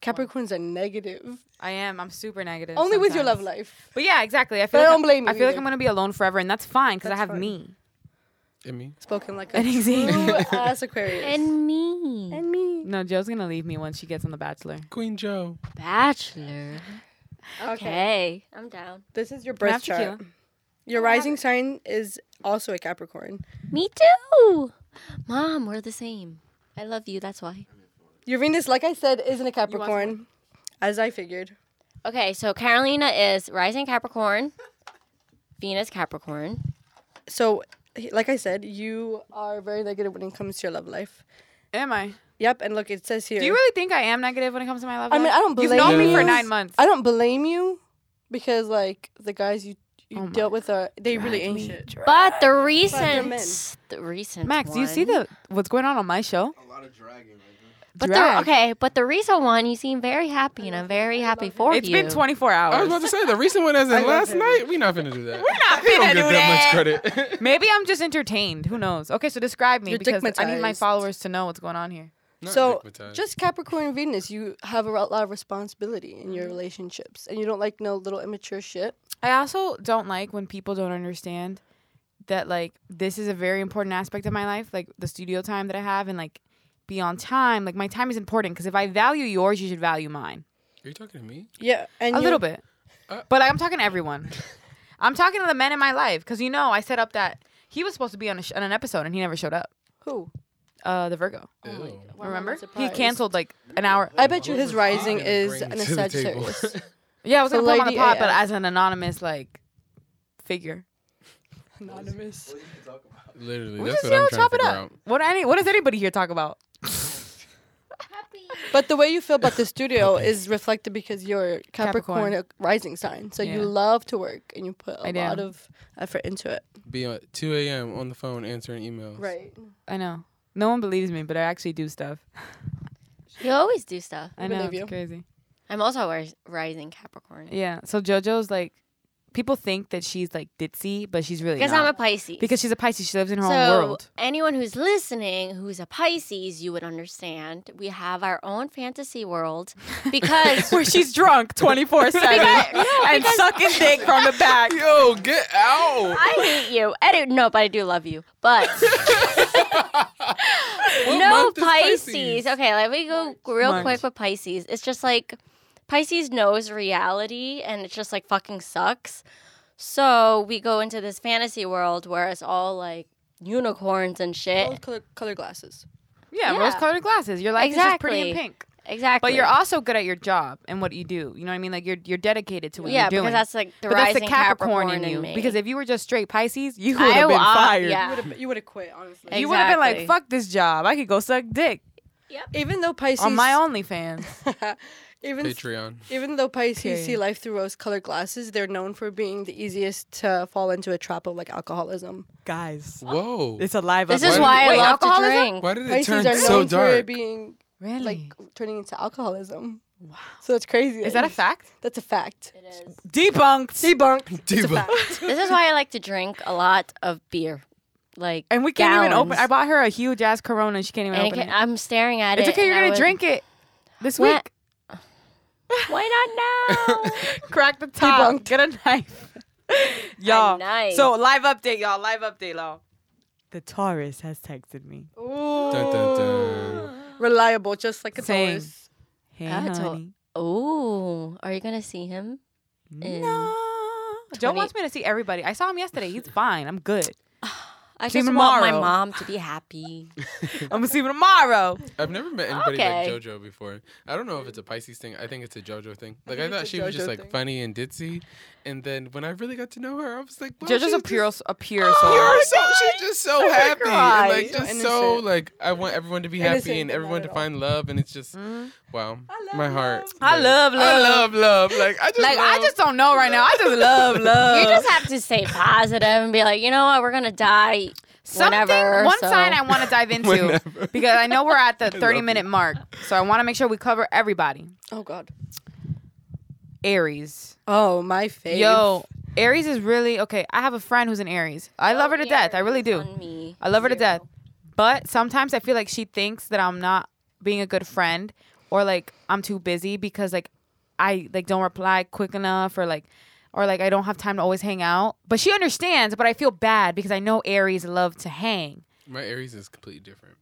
[SPEAKER 5] Capricorns are negative.
[SPEAKER 3] I am. I'm super negative.
[SPEAKER 5] Only with your love
[SPEAKER 3] sometimes.
[SPEAKER 5] life.
[SPEAKER 3] But yeah, exactly. I
[SPEAKER 5] But
[SPEAKER 3] feel
[SPEAKER 5] I
[SPEAKER 3] like
[SPEAKER 5] don't blame
[SPEAKER 3] I
[SPEAKER 5] you
[SPEAKER 3] feel like
[SPEAKER 5] either.
[SPEAKER 3] I'm gonna be alone forever, and that's fine because I
[SPEAKER 5] That's
[SPEAKER 3] have
[SPEAKER 5] fine.
[SPEAKER 3] me.
[SPEAKER 4] I mean,
[SPEAKER 5] Spoken like a
[SPEAKER 3] And easy.
[SPEAKER 5] true ass Aquarius.
[SPEAKER 4] (laughs)
[SPEAKER 6] And me,
[SPEAKER 5] and me.
[SPEAKER 3] No, Joe's gonna leave me once she gets on The Bachelor.
[SPEAKER 4] Queen Joe.
[SPEAKER 6] bachelor.
[SPEAKER 5] Okay.
[SPEAKER 6] Okay, I'm down.
[SPEAKER 5] This is your
[SPEAKER 3] Can I
[SPEAKER 5] birth
[SPEAKER 3] have
[SPEAKER 5] chart.
[SPEAKER 3] tequila?
[SPEAKER 5] Your rising sign is also a Capricorn.
[SPEAKER 6] Me too. Mom, we're the same. I love you. That's why.
[SPEAKER 5] Your Venus, like I said, isn't a Capricorn, as I figured.
[SPEAKER 6] Okay, so Carolina is rising
[SPEAKER 3] (laughs)
[SPEAKER 6] Capricorn, Venus Capricorn.
[SPEAKER 5] So, he- like I said, you are very negative when it comes to your love life.
[SPEAKER 3] Am I?
[SPEAKER 5] Yep, and look, it says here.
[SPEAKER 3] Do you really think I am negative when it comes to my love?
[SPEAKER 5] I mean,
[SPEAKER 3] life?
[SPEAKER 5] I don't
[SPEAKER 3] You've
[SPEAKER 5] blame
[SPEAKER 3] known me for
[SPEAKER 5] you.
[SPEAKER 3] nine months.
[SPEAKER 5] I don't blame you, because like the guys you you
[SPEAKER 3] Oh my
[SPEAKER 5] dealt with are they really ain't shit.
[SPEAKER 6] But the
[SPEAKER 5] they're
[SPEAKER 6] recent,
[SPEAKER 5] men.
[SPEAKER 6] the recent
[SPEAKER 3] Max, do you see
[SPEAKER 6] one-
[SPEAKER 3] the what's going on on my show?
[SPEAKER 6] But the
[SPEAKER 3] drag.
[SPEAKER 6] okay, but the recent one, you seem very happy, and I'm very happy for
[SPEAKER 3] It's
[SPEAKER 6] you.
[SPEAKER 3] been 24
[SPEAKER 4] I was
[SPEAKER 3] hours.
[SPEAKER 4] about to say the recent one as in
[SPEAKER 5] love
[SPEAKER 4] last
[SPEAKER 5] him.
[SPEAKER 4] night. We're not finna do that. We're
[SPEAKER 3] not
[SPEAKER 4] don't
[SPEAKER 3] finna
[SPEAKER 4] give
[SPEAKER 3] do
[SPEAKER 4] that
[SPEAKER 3] that.
[SPEAKER 4] much credit. (laughs)
[SPEAKER 3] Maybe I'm just entertained. Who knows? Okay, so describe me
[SPEAKER 5] You're
[SPEAKER 3] because I need my
[SPEAKER 5] dickmatized.
[SPEAKER 3] followers to know what's going on here.
[SPEAKER 4] Not
[SPEAKER 5] So,
[SPEAKER 4] stigmatized.
[SPEAKER 5] just Capricorn and Venus, you have a ro- lot of responsibility in
[SPEAKER 3] Mm-hmm.
[SPEAKER 5] your relationships, and you don't like no little immature shit.
[SPEAKER 3] I also don't like when people don't understand that like this is a very important aspect of my life, like the studio time that I have and like be on time. Like my time is important because if I value yours, you should value mine
[SPEAKER 4] are you talking to me?
[SPEAKER 5] Yeah, and
[SPEAKER 3] a
[SPEAKER 5] you-
[SPEAKER 3] little bit.
[SPEAKER 4] Uh,
[SPEAKER 3] but like, I'm talking to
[SPEAKER 4] (laughs)
[SPEAKER 3] everyone. I'm talking to the men in my life because you know I set up that he was supposed to be on, a sh- on an episode and he never showed up.
[SPEAKER 5] Who?
[SPEAKER 3] Uh, the Virgo.
[SPEAKER 5] Oh
[SPEAKER 4] Ew.
[SPEAKER 5] Wow, I'm
[SPEAKER 3] Remember? He
[SPEAKER 5] surprised.
[SPEAKER 3] canceled like an hour.
[SPEAKER 5] I bet you his
[SPEAKER 4] Who's
[SPEAKER 5] rising
[SPEAKER 4] I
[SPEAKER 5] is
[SPEAKER 4] bringing to
[SPEAKER 5] an
[SPEAKER 4] the table? (laughs)
[SPEAKER 5] Sagittarius.
[SPEAKER 3] Yeah, I was
[SPEAKER 5] So
[SPEAKER 3] gonna put him on the
[SPEAKER 5] Lady
[SPEAKER 3] pot, but
[SPEAKER 5] AF.
[SPEAKER 3] as an anonymous like figure.
[SPEAKER 5] (laughs) Anonymous.
[SPEAKER 4] Literally,
[SPEAKER 3] We
[SPEAKER 4] that's
[SPEAKER 3] just
[SPEAKER 4] what I'm
[SPEAKER 3] y'all
[SPEAKER 4] trying
[SPEAKER 3] chop
[SPEAKER 4] to
[SPEAKER 3] it
[SPEAKER 4] figure
[SPEAKER 3] up.
[SPEAKER 4] out.
[SPEAKER 3] What any what does anybody here talk about?
[SPEAKER 5] But the way you feel (laughs) about the studio is reflected because you're Capricorn,
[SPEAKER 3] Capricorn.
[SPEAKER 5] uh, rising sign. So you
[SPEAKER 3] Yeah.
[SPEAKER 5] love to work and you put a
[SPEAKER 3] I do.
[SPEAKER 5] lot of effort into it.
[SPEAKER 4] Be at 2 a.m. on the phone answering emails.
[SPEAKER 5] Right.
[SPEAKER 3] I know. No one believes me, but I actually do stuff.
[SPEAKER 6] You always do stuff.
[SPEAKER 3] I know
[SPEAKER 5] believe
[SPEAKER 3] it's
[SPEAKER 5] you.
[SPEAKER 3] crazy.
[SPEAKER 6] I'm also a ris- rising Capricorn
[SPEAKER 3] Yeah. So JoJo's like, people think that she's like ditzy, but she's really
[SPEAKER 6] because
[SPEAKER 3] not.
[SPEAKER 6] I'm a Pisces.
[SPEAKER 3] because she's a Pisces. She lives in her own
[SPEAKER 6] so
[SPEAKER 3] world. (laughs)
[SPEAKER 6] anyone who's listening, who's a Pisces, you would understand. We have our own fantasy
[SPEAKER 3] (laughs)
[SPEAKER 6] world because
[SPEAKER 3] Where she's drunk 24 7 and sucking dick from the
[SPEAKER 4] (laughs)
[SPEAKER 3] back.
[SPEAKER 4] Yo, get out!
[SPEAKER 6] I hate you. I don't know, but I do love you.
[SPEAKER 3] (laughs)
[SPEAKER 6] But
[SPEAKER 4] What
[SPEAKER 6] no
[SPEAKER 4] month is
[SPEAKER 6] Pisces. Okay, let me go real
[SPEAKER 3] March.
[SPEAKER 6] quick with Pisces. It's just like Pisces knows reality and it's just like fucking sucks. So we go into this fantasy world where it's all like unicorns and shit.
[SPEAKER 5] Gold color, color glasses.
[SPEAKER 3] Yeah,
[SPEAKER 6] Yeah.
[SPEAKER 3] rose colored glasses. Your life is just pretty and
[SPEAKER 6] Exactly.
[SPEAKER 3] pink.
[SPEAKER 6] Exactly.
[SPEAKER 3] But you're also good at your job and what you do. You know what I mean? Like you're you're dedicated to what
[SPEAKER 6] yeah,
[SPEAKER 3] you're doing.
[SPEAKER 6] because that's like the
[SPEAKER 3] but that's
[SPEAKER 6] rising
[SPEAKER 3] the Capricorn, in
[SPEAKER 6] in
[SPEAKER 3] you.
[SPEAKER 6] me.
[SPEAKER 3] Because if you were just straight Pisces, you would
[SPEAKER 6] I
[SPEAKER 3] have been
[SPEAKER 6] will-
[SPEAKER 3] fired.
[SPEAKER 6] yeah.
[SPEAKER 5] You would've- You would have quit, honestly.
[SPEAKER 6] Ex-
[SPEAKER 3] You would have been like,
[SPEAKER 6] Exactly.
[SPEAKER 3] "Fuck this job. I could go suck dick
[SPEAKER 5] Even though Pisces.
[SPEAKER 3] on my
[SPEAKER 6] (laughs)
[SPEAKER 3] OnlyFans."
[SPEAKER 5] (laughs) even,
[SPEAKER 4] Patreon.
[SPEAKER 5] even though Pisces see
[SPEAKER 3] Period.
[SPEAKER 5] life through rose colored glasses, they're known for being the easiest to fall into a trap of like alcoholism.
[SPEAKER 3] Guys,
[SPEAKER 4] Whoa.
[SPEAKER 3] it's a live.
[SPEAKER 6] this
[SPEAKER 3] upload.
[SPEAKER 6] is
[SPEAKER 4] Wait,
[SPEAKER 6] why I
[SPEAKER 3] wait,
[SPEAKER 6] love to
[SPEAKER 3] alcoholism?
[SPEAKER 6] drink.
[SPEAKER 4] Why did it
[SPEAKER 5] Pisces
[SPEAKER 4] turn
[SPEAKER 5] are
[SPEAKER 4] so
[SPEAKER 5] known
[SPEAKER 4] (laughs)
[SPEAKER 5] for
[SPEAKER 4] dark?
[SPEAKER 5] being
[SPEAKER 3] Really?
[SPEAKER 5] like turning into alcoholism. Wow. So that's crazy.
[SPEAKER 3] is that a fact?
[SPEAKER 5] That's a fact.
[SPEAKER 3] Debunked.
[SPEAKER 5] Debunked. It's a
[SPEAKER 4] Debunked.
[SPEAKER 5] fact.
[SPEAKER 6] This is why I like to drink a lot of beer. Like
[SPEAKER 3] And we can't even
[SPEAKER 6] gallons.
[SPEAKER 3] open. I bought her a huge ass Corona. and She can't even
[SPEAKER 6] And I
[SPEAKER 3] open
[SPEAKER 6] can-
[SPEAKER 3] it.
[SPEAKER 6] I'm staring at
[SPEAKER 3] It's
[SPEAKER 6] it.
[SPEAKER 3] okay. You're
[SPEAKER 6] and I
[SPEAKER 3] gonna
[SPEAKER 6] would-
[SPEAKER 3] drink it this
[SPEAKER 6] What?
[SPEAKER 3] week.
[SPEAKER 6] (laughs) Why not
[SPEAKER 3] (laughs)
[SPEAKER 6] now?
[SPEAKER 3] Crack the top.
[SPEAKER 5] Debunked.
[SPEAKER 3] Get a knife, y'all.
[SPEAKER 6] knife.
[SPEAKER 3] So live update, y'all. Live update, y'all. The Taurus has texted me.
[SPEAKER 4] Dun, dun,
[SPEAKER 5] Oh.
[SPEAKER 4] dun.
[SPEAKER 5] Reliable, just like a
[SPEAKER 3] Same.
[SPEAKER 5] Taurus.
[SPEAKER 3] Hey,
[SPEAKER 6] Ah, Tau-
[SPEAKER 3] honey.
[SPEAKER 6] Oh, are you gonna see him? in-
[SPEAKER 3] Ah. No. Joe wants me to see everybody. I saw him yesterday. He's fine. I'm good.
[SPEAKER 6] I
[SPEAKER 3] See you
[SPEAKER 6] just want my
[SPEAKER 3] tomorrow.
[SPEAKER 6] mom to
[SPEAKER 3] (laughs)
[SPEAKER 6] be happy.
[SPEAKER 3] I'm gonna see you tomorrow.
[SPEAKER 4] I've never met anybody
[SPEAKER 6] Okay.
[SPEAKER 4] like JoJo before. I don't know if it's a Pisces thing. I think it's a JoJo thing. Like I,
[SPEAKER 5] think it's
[SPEAKER 4] thought
[SPEAKER 5] a
[SPEAKER 4] she was just
[SPEAKER 5] JoJo
[SPEAKER 4] like
[SPEAKER 5] thing.
[SPEAKER 4] funny and ditzy, and then when I really got to know her, I was like, wow,
[SPEAKER 3] JoJo's
[SPEAKER 4] she's
[SPEAKER 3] a
[SPEAKER 4] (laughs)
[SPEAKER 3] pure,
[SPEAKER 4] Just,
[SPEAKER 3] a pure soul.
[SPEAKER 4] pure so she's just so happy and
[SPEAKER 3] cry.
[SPEAKER 4] like
[SPEAKER 5] So
[SPEAKER 4] just so
[SPEAKER 5] innocent.
[SPEAKER 4] like I want everyone to be
[SPEAKER 5] Innocent,
[SPEAKER 4] happy and
[SPEAKER 5] but not
[SPEAKER 4] everyone to
[SPEAKER 5] at all.
[SPEAKER 4] find love and it's just wow my heart
[SPEAKER 3] Mm-hmm. I love
[SPEAKER 4] I
[SPEAKER 3] love.
[SPEAKER 4] love love like I just
[SPEAKER 3] Like I
[SPEAKER 4] love-
[SPEAKER 3] just don't know right now. I just love love.
[SPEAKER 6] you just have to stay positive and be like, you know what, we're gonna die.
[SPEAKER 3] Something,
[SPEAKER 6] whenever,
[SPEAKER 3] one
[SPEAKER 6] so-
[SPEAKER 3] sign I want to dive into
[SPEAKER 4] Whenever.
[SPEAKER 3] because I know we're at the
[SPEAKER 4] love
[SPEAKER 3] 30 minute mark, so I want to make sure we cover everybody.
[SPEAKER 5] Oh God.
[SPEAKER 3] Aries,
[SPEAKER 5] Oh my face.
[SPEAKER 3] yo, Aries is really okay. I have a friend who's an Aries.
[SPEAKER 5] Oh,
[SPEAKER 3] I love her to death. I really do.
[SPEAKER 6] On me.
[SPEAKER 3] I love her to
[SPEAKER 6] Zero.
[SPEAKER 3] death. But sometimes I feel like she thinks that I'm not being a good friend or like I'm too busy because like I like don't reply quick enough or like or like I don't have time to always hang out. But she understands, but I feel bad because I know Aries love to hang.
[SPEAKER 4] my Aries is completely different.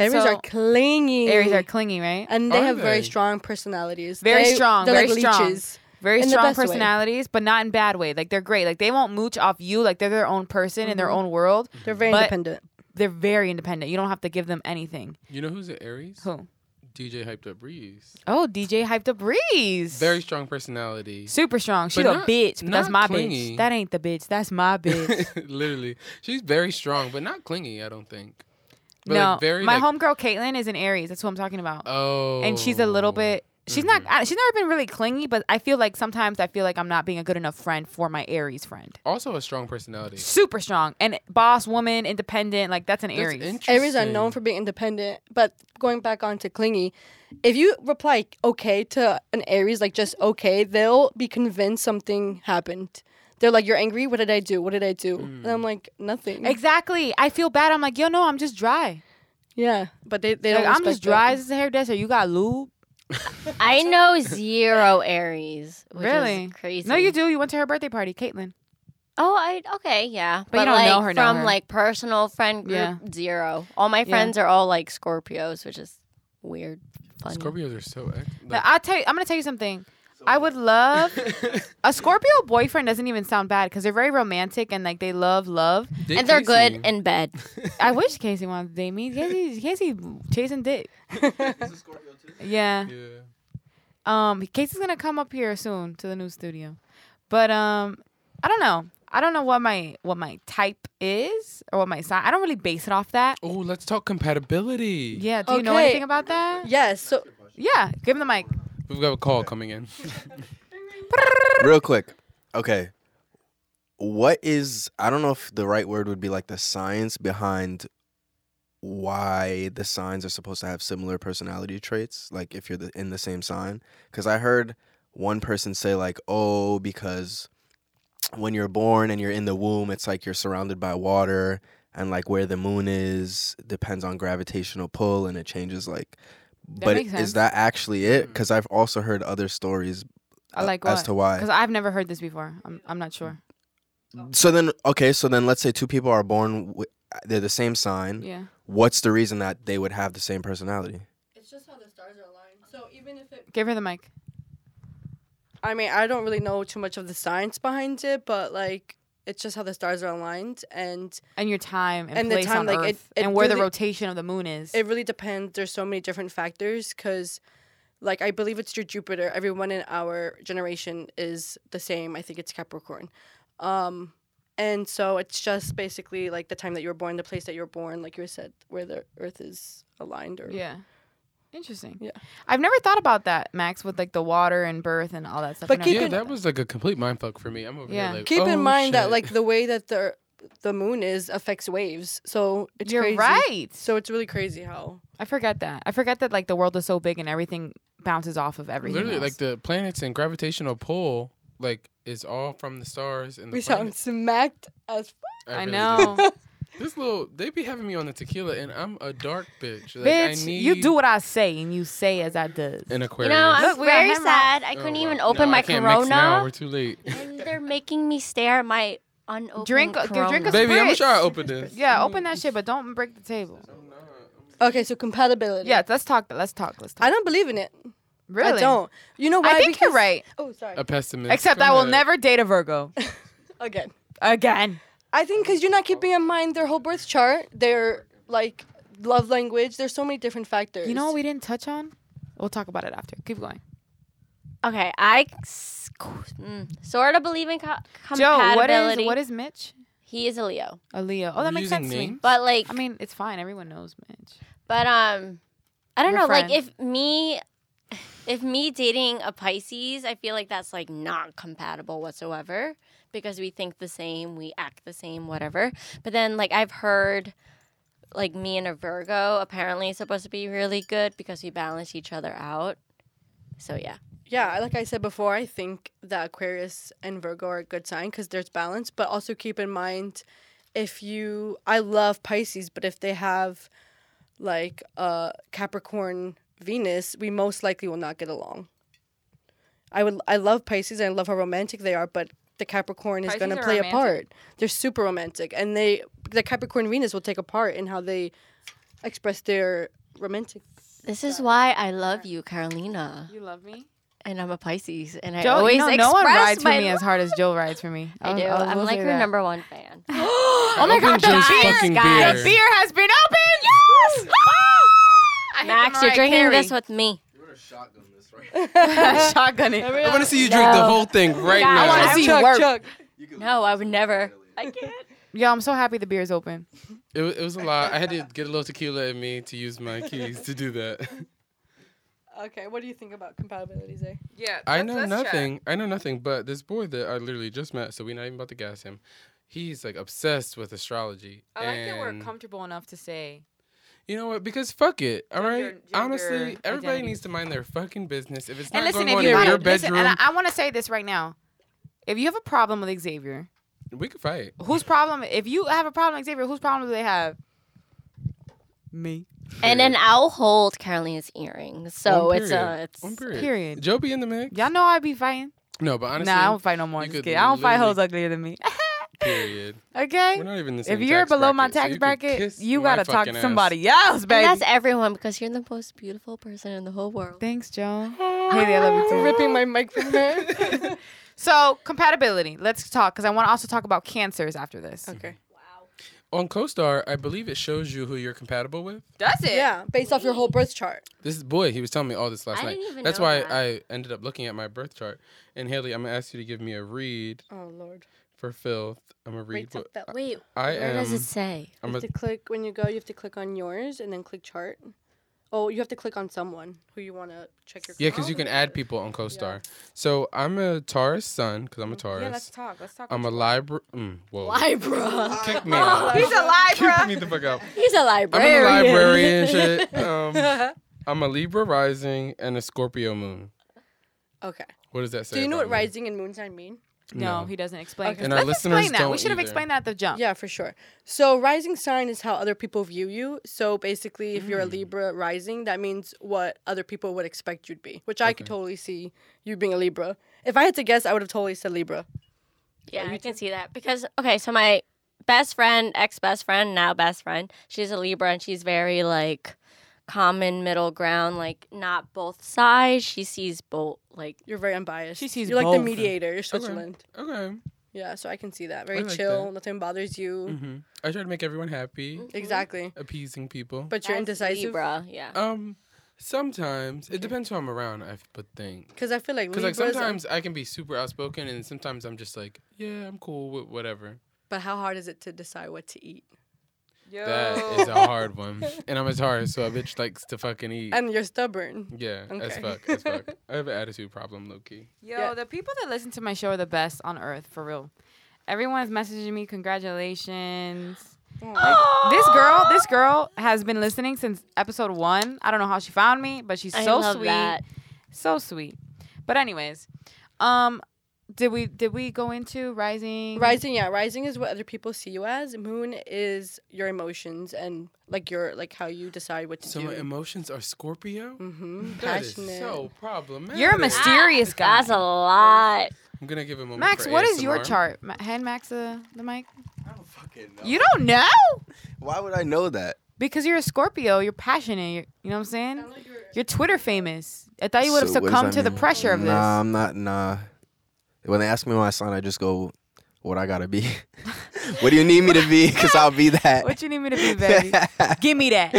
[SPEAKER 5] Aries
[SPEAKER 3] So-
[SPEAKER 5] are clingy.
[SPEAKER 3] Aries are clingy, right?
[SPEAKER 5] and they
[SPEAKER 4] Are
[SPEAKER 5] have very
[SPEAKER 4] they?
[SPEAKER 5] strong personalities.
[SPEAKER 3] Very
[SPEAKER 5] Uh, They-
[SPEAKER 3] strong,
[SPEAKER 5] They're
[SPEAKER 3] very
[SPEAKER 5] like
[SPEAKER 3] strong.
[SPEAKER 5] leeches.
[SPEAKER 3] Very
[SPEAKER 5] in the
[SPEAKER 3] strong
[SPEAKER 5] best way.
[SPEAKER 3] personalities, but not in bad way. Like they're great. Like they won't mooch off you. Like they're their own person in
[SPEAKER 5] Mm-hmm.
[SPEAKER 3] their own world.
[SPEAKER 5] They're very
[SPEAKER 3] But-
[SPEAKER 5] independent.
[SPEAKER 3] They're very independent. You don't have to give them anything.
[SPEAKER 4] You know who's an Aries?
[SPEAKER 3] Who?
[SPEAKER 4] DJ hyped up Breeze.
[SPEAKER 3] Oh, DJ hyped up Breeze.
[SPEAKER 4] Very strong personality. (laughs)
[SPEAKER 3] Super strong. She's
[SPEAKER 4] But
[SPEAKER 3] a
[SPEAKER 4] not-
[SPEAKER 3] bitch, but that's
[SPEAKER 4] not
[SPEAKER 3] my
[SPEAKER 4] clingy.
[SPEAKER 3] bitch. That ain't the bitch. That's my
[SPEAKER 4] (laughs)
[SPEAKER 3] bitch.
[SPEAKER 4] Literally, she's very strong, but not clingy. I don't think. But
[SPEAKER 3] no,
[SPEAKER 4] like very
[SPEAKER 3] my
[SPEAKER 4] like,
[SPEAKER 3] homegirl Caitlyn is an Aries. That's who I'm talking about.
[SPEAKER 4] Oh, Mm-hmm.
[SPEAKER 3] and she's a little bit. She's not. I- She's never been really clingy, but I feel like sometimes I feel like I'm not being a good enough friend for my Aries friend.
[SPEAKER 4] also a strong personality.
[SPEAKER 3] Super strong and boss woman, independent. Like that's an
[SPEAKER 4] That's
[SPEAKER 3] Aries.
[SPEAKER 5] Aries are known
[SPEAKER 4] interesting.
[SPEAKER 5] for being independent, but going back on to clingy, if you reply okay to an Aries, like just okay, they'll be convinced something happened. They're like, "You're angry. What did I do? What did I do?" And I'm like, "Nothing."
[SPEAKER 3] Exactly. I feel bad. I'm like, yo, no, I'm just dry.
[SPEAKER 5] yeah, but they they
[SPEAKER 3] Like,
[SPEAKER 5] don't.
[SPEAKER 3] I'm just
[SPEAKER 5] respect
[SPEAKER 3] dry
[SPEAKER 5] that.
[SPEAKER 3] as a hairdresser. You got lube?
[SPEAKER 6] I know zero Aries. Which
[SPEAKER 3] really?
[SPEAKER 6] Is crazy.
[SPEAKER 3] No, you do. You went to her birthday party, Caitlyn.
[SPEAKER 6] Oh, I okay, yeah. But,
[SPEAKER 3] you don't
[SPEAKER 6] like,
[SPEAKER 3] know her, know
[SPEAKER 6] from
[SPEAKER 3] her.
[SPEAKER 6] like personal friend group
[SPEAKER 3] Yeah.
[SPEAKER 6] zero. All my
[SPEAKER 3] Yeah.
[SPEAKER 6] friends are all like Scorpios, which is weird. Funny.
[SPEAKER 4] Scorpios are so. ex-
[SPEAKER 3] Now,
[SPEAKER 4] Like,
[SPEAKER 3] I tell you, I'm gonna tell you something. I would love
[SPEAKER 4] (laughs)
[SPEAKER 3] a Scorpio boyfriend. Doesn't even sound bad because they're very romantic and like they love love.
[SPEAKER 4] Dick
[SPEAKER 6] And they're
[SPEAKER 4] Tracy.
[SPEAKER 6] good in bed.
[SPEAKER 3] I wish Casey wanted to date me. Casey, Casey chasing dick. (laughs) Yeah.
[SPEAKER 4] Yeah.
[SPEAKER 3] Um, Casey's gonna come up here soon to the new studio, but um, I don't know. I don't know what my what my type is or what my sign. I don't really base it off that.
[SPEAKER 4] Oh, let's talk compatibility.
[SPEAKER 3] Yeah. Do you know
[SPEAKER 5] Okay.
[SPEAKER 3] anything about that?
[SPEAKER 5] Yes. So
[SPEAKER 3] Yeah. Give him the mic.
[SPEAKER 4] We've got a call coming in.
[SPEAKER 7] Real quick. Okay. What is I don't know if the right word would be like the science behind why the signs are supposed to have similar personality traits, like if you're the, in the same sign. Because I heard one person say, like, oh, because when you're born and you're in the womb, it's like you're surrounded by water, and like where the moon is depends on gravitational pull and it changes, like. but
[SPEAKER 3] makes sense.
[SPEAKER 7] is that actually it? Because I've also heard other stories
[SPEAKER 3] I
[SPEAKER 7] uh,
[SPEAKER 3] like
[SPEAKER 7] as
[SPEAKER 3] what?
[SPEAKER 7] to why.
[SPEAKER 3] Because I've never heard this before. I'm I'm not sure.
[SPEAKER 7] So then, okay, so then let's say two people are born, w- they're the same sign.
[SPEAKER 3] Yeah.
[SPEAKER 7] What's the reason that they would have the same personality?
[SPEAKER 5] it's just how the stars are aligned. So even if it,
[SPEAKER 3] Give her the mic.
[SPEAKER 5] I mean, I don't really know too much of the science behind it, but like. It's just how the stars are aligned, and
[SPEAKER 3] And your time and,
[SPEAKER 5] And the
[SPEAKER 3] place
[SPEAKER 5] time,
[SPEAKER 3] on
[SPEAKER 5] like, it-
[SPEAKER 3] Earth
[SPEAKER 5] it
[SPEAKER 3] and where the
[SPEAKER 5] really-
[SPEAKER 3] rotation of the moon is.
[SPEAKER 5] it really depends. There's so many different factors because, like, I believe it's your Jupiter. Everyone in our generation is the same. I think it's Capricorn. Um, and so it's just basically like the time that you were born, the place that you were born, like you said, where the Earth is aligned. Or
[SPEAKER 3] yeah. Interesting.
[SPEAKER 5] Yeah.
[SPEAKER 3] I've never thought about that, Max, with like the water and birth and all that stuff. I
[SPEAKER 5] But
[SPEAKER 3] never
[SPEAKER 5] keep
[SPEAKER 4] yeah,
[SPEAKER 3] thought
[SPEAKER 5] in-
[SPEAKER 3] about
[SPEAKER 4] that was like a complete mind fuck for me. I'm over
[SPEAKER 3] Yeah.
[SPEAKER 4] here like.
[SPEAKER 5] keep
[SPEAKER 4] oh,
[SPEAKER 5] in mind that
[SPEAKER 4] shit.
[SPEAKER 5] like the way that the the moon is affects waves. So it's
[SPEAKER 3] You're
[SPEAKER 5] crazy.
[SPEAKER 3] right.
[SPEAKER 5] So it's really crazy how
[SPEAKER 3] I forget that. I forget that like the world is so big and everything bounces off of everything.
[SPEAKER 4] literally like
[SPEAKER 3] else.
[SPEAKER 4] the planets and gravitational pull like is all from the stars and the
[SPEAKER 5] we sound
[SPEAKER 4] planets.
[SPEAKER 5] smacked as.
[SPEAKER 3] I
[SPEAKER 4] really (laughs)
[SPEAKER 3] know,
[SPEAKER 4] do. This little they be having me on the tequila and I'm a dark bitch. Like, I
[SPEAKER 3] bitch.
[SPEAKER 4] need
[SPEAKER 3] You do what I say and you say as I does.
[SPEAKER 4] an
[SPEAKER 6] You
[SPEAKER 4] Aquarius.
[SPEAKER 6] know, I'm
[SPEAKER 3] Look, we got
[SPEAKER 6] very
[SPEAKER 3] Hemrock.
[SPEAKER 6] sad. I
[SPEAKER 4] Oh,
[SPEAKER 6] couldn't
[SPEAKER 4] well.
[SPEAKER 6] even
[SPEAKER 4] No,
[SPEAKER 6] open my
[SPEAKER 4] I can't mix now. We're
[SPEAKER 6] corona.
[SPEAKER 3] (laughs)
[SPEAKER 4] too late.
[SPEAKER 6] And they're making me stare at my unopened
[SPEAKER 3] Drink a-
[SPEAKER 6] corona.
[SPEAKER 3] drink a
[SPEAKER 4] Baby, I'm gonna
[SPEAKER 3] Spritz.
[SPEAKER 4] try to open this.
[SPEAKER 3] yeah, open that shit, but don't break the table.
[SPEAKER 5] Okay, so compatibility.
[SPEAKER 3] Yeah, let's talk. Let's talk. Let's talk.
[SPEAKER 5] I don't believe in it.
[SPEAKER 3] really?
[SPEAKER 5] I don't. You know
[SPEAKER 3] I
[SPEAKER 5] why?
[SPEAKER 3] think you're
[SPEAKER 5] Because-
[SPEAKER 3] right.
[SPEAKER 5] Oh, sorry.
[SPEAKER 4] A pessimist.
[SPEAKER 3] Except
[SPEAKER 4] Go
[SPEAKER 3] I will
[SPEAKER 4] ahead.
[SPEAKER 3] never date a Virgo
[SPEAKER 5] Again.
[SPEAKER 3] (laughs) again.
[SPEAKER 5] I think because you're not keeping in mind their whole birth chart, their like love language. There's so many different factors.
[SPEAKER 3] You know what we didn't touch on? We'll talk about it after. Keep going.
[SPEAKER 6] Okay, I s- mm, sort of believe in co-
[SPEAKER 3] Joe, what
[SPEAKER 6] compatibility.
[SPEAKER 3] is what is Mitch?
[SPEAKER 6] he is a Leo,
[SPEAKER 3] A Leo. Oh, that
[SPEAKER 4] We're
[SPEAKER 3] makes
[SPEAKER 4] using
[SPEAKER 3] sense to me.
[SPEAKER 4] names?
[SPEAKER 6] but like
[SPEAKER 3] I mean, it's fine. Everyone knows Mitch.
[SPEAKER 6] But um, I don't
[SPEAKER 3] Your
[SPEAKER 6] know. Like
[SPEAKER 3] friend.
[SPEAKER 6] if me, if me dating a Pisces, I feel like that's like not compatible whatsoever because we think the same, we act the same, whatever. But then like I've heard. Like me and a Virgo apparently is supposed to be really good because we balance each other out. So yeah,
[SPEAKER 5] Yeah, like I said before, I think that Aquarius and Virgo are a good sign because there's balance. But also keep in mind, if you, I love Pisces, but if they have like uh, Capricorn Venus, we most likely will not get along. I would, I love Pisces and I love how romantic they are, but the Capricorn is going to
[SPEAKER 3] Pisces are
[SPEAKER 5] play a
[SPEAKER 3] romantic.
[SPEAKER 5] part. They're super romantic, and they, the Capricorn Venus will take a part in how they express their romantic.
[SPEAKER 6] this is why I love you, Carolina,
[SPEAKER 3] You love me?
[SPEAKER 6] and I'm a Pisces, and I
[SPEAKER 3] Joe,
[SPEAKER 6] always
[SPEAKER 3] you know,
[SPEAKER 6] express
[SPEAKER 3] no one rides for
[SPEAKER 6] my
[SPEAKER 3] me as hard as Joe rides for me.
[SPEAKER 6] I do. i am like
[SPEAKER 3] your
[SPEAKER 6] her number one (laughs) fan.
[SPEAKER 3] Oh my (laughs) god, the
[SPEAKER 4] Joe's
[SPEAKER 3] beer,
[SPEAKER 4] fucking
[SPEAKER 3] guys.
[SPEAKER 4] beer.
[SPEAKER 3] The beer has been opened. Yes. I hate the
[SPEAKER 6] Max, you're
[SPEAKER 3] Mariah
[SPEAKER 6] drinking
[SPEAKER 3] Carey.
[SPEAKER 6] this with me.
[SPEAKER 3] (laughs) shotgun it.
[SPEAKER 4] I want to see you drink the
[SPEAKER 6] No.
[SPEAKER 4] whole thing right
[SPEAKER 6] Yeah, I
[SPEAKER 4] now.
[SPEAKER 3] wanna see- you work.
[SPEAKER 6] No, I would never. I can't.
[SPEAKER 3] Yo, I'm so happy the beer's open.
[SPEAKER 4] It, wa- it was a lot. I had to get a little tequila in me to use my keys to do that.
[SPEAKER 5] Okay, what do you think about compatibility, Zay?
[SPEAKER 8] Yeah.
[SPEAKER 4] I
[SPEAKER 8] let's-
[SPEAKER 4] know
[SPEAKER 8] let's chat.
[SPEAKER 4] nothing. I know nothing. But this boy that I literally just met, so we're not even about to gas him. He's like obsessed with astrology.
[SPEAKER 3] I like that we're
[SPEAKER 4] and-
[SPEAKER 3] comfortable enough to say.
[SPEAKER 4] You know what? Because fuck it. All right.
[SPEAKER 8] Gender-
[SPEAKER 4] Honestly,
[SPEAKER 8] gender
[SPEAKER 4] everybody
[SPEAKER 3] identity.
[SPEAKER 4] needs to mind their fucking business. If it's not
[SPEAKER 3] And listen,
[SPEAKER 4] going
[SPEAKER 3] if
[SPEAKER 4] on
[SPEAKER 3] you
[SPEAKER 4] in
[SPEAKER 3] have,
[SPEAKER 4] your
[SPEAKER 3] listen,
[SPEAKER 4] bedroom,
[SPEAKER 3] and I, I want to say this right now. If you have a problem with Xavier,
[SPEAKER 4] we could fight.
[SPEAKER 3] whose problem? If you have a problem with Xavier, whose problem do they have? Me.
[SPEAKER 6] And then I'll hold Carolina's earrings. So
[SPEAKER 4] One
[SPEAKER 6] it's
[SPEAKER 4] period.
[SPEAKER 6] a it's
[SPEAKER 4] One period.
[SPEAKER 3] uh, Period.
[SPEAKER 4] Joe be in the mix.
[SPEAKER 3] Y'all know I be fighting.
[SPEAKER 4] No, but honestly,
[SPEAKER 3] nah, I don't fight no more.
[SPEAKER 4] you
[SPEAKER 3] Just
[SPEAKER 4] could
[SPEAKER 3] kidding. I don't fight
[SPEAKER 4] literally-
[SPEAKER 3] hoes uglier than me. (laughs)
[SPEAKER 4] period.
[SPEAKER 3] okay.
[SPEAKER 4] We're not even in the same
[SPEAKER 3] If you're
[SPEAKER 4] tax
[SPEAKER 3] below my
[SPEAKER 4] bracket, so
[SPEAKER 3] tax
[SPEAKER 4] you could
[SPEAKER 3] bracket,
[SPEAKER 4] kiss
[SPEAKER 3] you
[SPEAKER 4] my
[SPEAKER 3] gotta talk
[SPEAKER 4] fucking
[SPEAKER 3] to
[SPEAKER 4] ass.
[SPEAKER 3] somebody else,
[SPEAKER 6] and
[SPEAKER 3] baby.
[SPEAKER 6] that's everyone because you're the most beautiful person in the whole world.
[SPEAKER 3] Thanks, Joe. Haley, I love you too.
[SPEAKER 5] ripping my mic from her.
[SPEAKER 3] (laughs) So compatibility. Let's talk because I want to also talk about cancers after this.
[SPEAKER 5] okay.
[SPEAKER 4] On CoStar, I believe it shows you who you're compatible with.
[SPEAKER 3] Does it?
[SPEAKER 5] Yeah, based off your whole birth chart.
[SPEAKER 4] This is boy, he was telling me all this last
[SPEAKER 6] I
[SPEAKER 4] night.
[SPEAKER 6] didn't even
[SPEAKER 4] That's
[SPEAKER 6] know
[SPEAKER 4] why
[SPEAKER 6] that.
[SPEAKER 4] I ended up looking at my birth chart. And Haley, I'm gonna ask you to give me a read
[SPEAKER 5] Oh lord.
[SPEAKER 4] for filth. I'm gonna read.
[SPEAKER 5] Rates up
[SPEAKER 4] what-
[SPEAKER 5] that way.
[SPEAKER 6] Wait,
[SPEAKER 4] I
[SPEAKER 6] where does
[SPEAKER 4] am.
[SPEAKER 6] it say?
[SPEAKER 5] You
[SPEAKER 4] I'm a,
[SPEAKER 5] have to click when you go. You have to click on yours and then click chart. Oh, you have to click on someone who you want to check your. (laughs)
[SPEAKER 4] yeah, because you can add people on CoStar. So I'm a Taurus sun because I'm a Taurus.
[SPEAKER 3] talk. Let's talk.
[SPEAKER 4] I'm a Libra. Mm, whoa.
[SPEAKER 6] Libra.
[SPEAKER 4] Kick me. out.
[SPEAKER 3] He's a
[SPEAKER 4] (laughs) Kick
[SPEAKER 3] Libra.
[SPEAKER 4] me the fuck out.
[SPEAKER 6] He's a
[SPEAKER 4] I'm a
[SPEAKER 6] librarian.
[SPEAKER 4] librarian shit. Um, I'm a Libra rising and a Scorpio moon.
[SPEAKER 5] Okay.
[SPEAKER 4] What does that say?
[SPEAKER 5] Do you know what
[SPEAKER 4] about me?
[SPEAKER 5] rising and moon sign mean?
[SPEAKER 3] no,
[SPEAKER 4] No.
[SPEAKER 3] he doesn't explain.
[SPEAKER 5] Okay.
[SPEAKER 4] And our
[SPEAKER 3] Let's
[SPEAKER 4] listeners
[SPEAKER 3] explain that.
[SPEAKER 4] don't
[SPEAKER 3] We should have
[SPEAKER 4] either.
[SPEAKER 3] explained that at the jump.
[SPEAKER 5] Yeah, for sure. So rising sign is how other people view you. So basically, if
[SPEAKER 4] Mm.
[SPEAKER 5] you're a Libra rising, that means what other people would expect you to be, which I could totally see you being a Libra. If I had to guess, I would have totally said Libra.
[SPEAKER 6] (laughs) Yeah, I can see that because okay, so my best friend, ex best friend, now best friend, she's a Libra and she's very like common middle ground, like not both sides. She sees both like
[SPEAKER 5] You're very unbiased.
[SPEAKER 3] She sees
[SPEAKER 5] you're like the
[SPEAKER 3] both.
[SPEAKER 5] mediator. You're Switzerland.
[SPEAKER 4] Okay.
[SPEAKER 5] Yeah, so I can see that. Very
[SPEAKER 4] like
[SPEAKER 5] chill.
[SPEAKER 4] that.
[SPEAKER 5] Nothing bothers you.
[SPEAKER 4] hmm I try to make everyone happy,
[SPEAKER 5] Exactly.
[SPEAKER 4] appeasing people.
[SPEAKER 5] But you're
[SPEAKER 6] that's
[SPEAKER 5] indecisive.
[SPEAKER 6] Libra, yeah.
[SPEAKER 4] um, sometimes it depends who I'm around. I f- would think.
[SPEAKER 5] Because I feel like
[SPEAKER 4] Because
[SPEAKER 5] Libras.
[SPEAKER 4] like sometimes I can be super outspoken, and sometimes I'm just like, yeah, I'm cool with whatever.
[SPEAKER 5] But how hard is it to decide what to eat?
[SPEAKER 4] That is a hard one, and I'm a Taurus, so a bitch likes to fucking eat.
[SPEAKER 5] And you're stubborn.
[SPEAKER 4] yeah, as
[SPEAKER 5] Okay.
[SPEAKER 4] fuck, as fuck. I have an attitude problem, Loki.
[SPEAKER 3] Yo,
[SPEAKER 5] Yeah.
[SPEAKER 3] the people that listen to my show are the best on earth, for real. Everyone's messaging me, congratulations. Like, this girl, this girl has been listening since episode one. I don't know how she found me, but she's
[SPEAKER 6] I
[SPEAKER 3] so
[SPEAKER 6] love
[SPEAKER 3] sweet,
[SPEAKER 6] that.
[SPEAKER 3] so sweet. But anyways, um, did we did we go into rising?
[SPEAKER 5] Rising, yeah, rising is what other people see you as. Moon is your emotions and like your like how you decide what to
[SPEAKER 4] So
[SPEAKER 5] do.
[SPEAKER 4] my emotions are Scorpio.
[SPEAKER 5] mm-hmm.
[SPEAKER 4] That is
[SPEAKER 5] Passionate.
[SPEAKER 4] so problematic.
[SPEAKER 3] You're a mysterious guy.
[SPEAKER 6] Ah, That's a lot.
[SPEAKER 4] I'm gonna give him a moment
[SPEAKER 3] Max,
[SPEAKER 4] for
[SPEAKER 3] what is your
[SPEAKER 4] ASMR.
[SPEAKER 3] chart? Ma- hand Max the, the mic.
[SPEAKER 7] I don't fucking know.
[SPEAKER 3] You don't know
[SPEAKER 7] Why would I know that?
[SPEAKER 3] because you're a Scorpio. You're passionate. You're, you know what I'm saying? You're Twitter famous. I thought you would have
[SPEAKER 7] So what does
[SPEAKER 3] succumbed
[SPEAKER 7] that
[SPEAKER 3] to the
[SPEAKER 7] mean?
[SPEAKER 3] pressure of this.
[SPEAKER 7] Nah, I'm not. Nah. When they ask me my sign, I just go, "What I gotta be." (laughs) What do you need me to be? Because I'll be that.
[SPEAKER 3] What you need me to
[SPEAKER 7] (laughs)
[SPEAKER 3] be, baby? Give me that.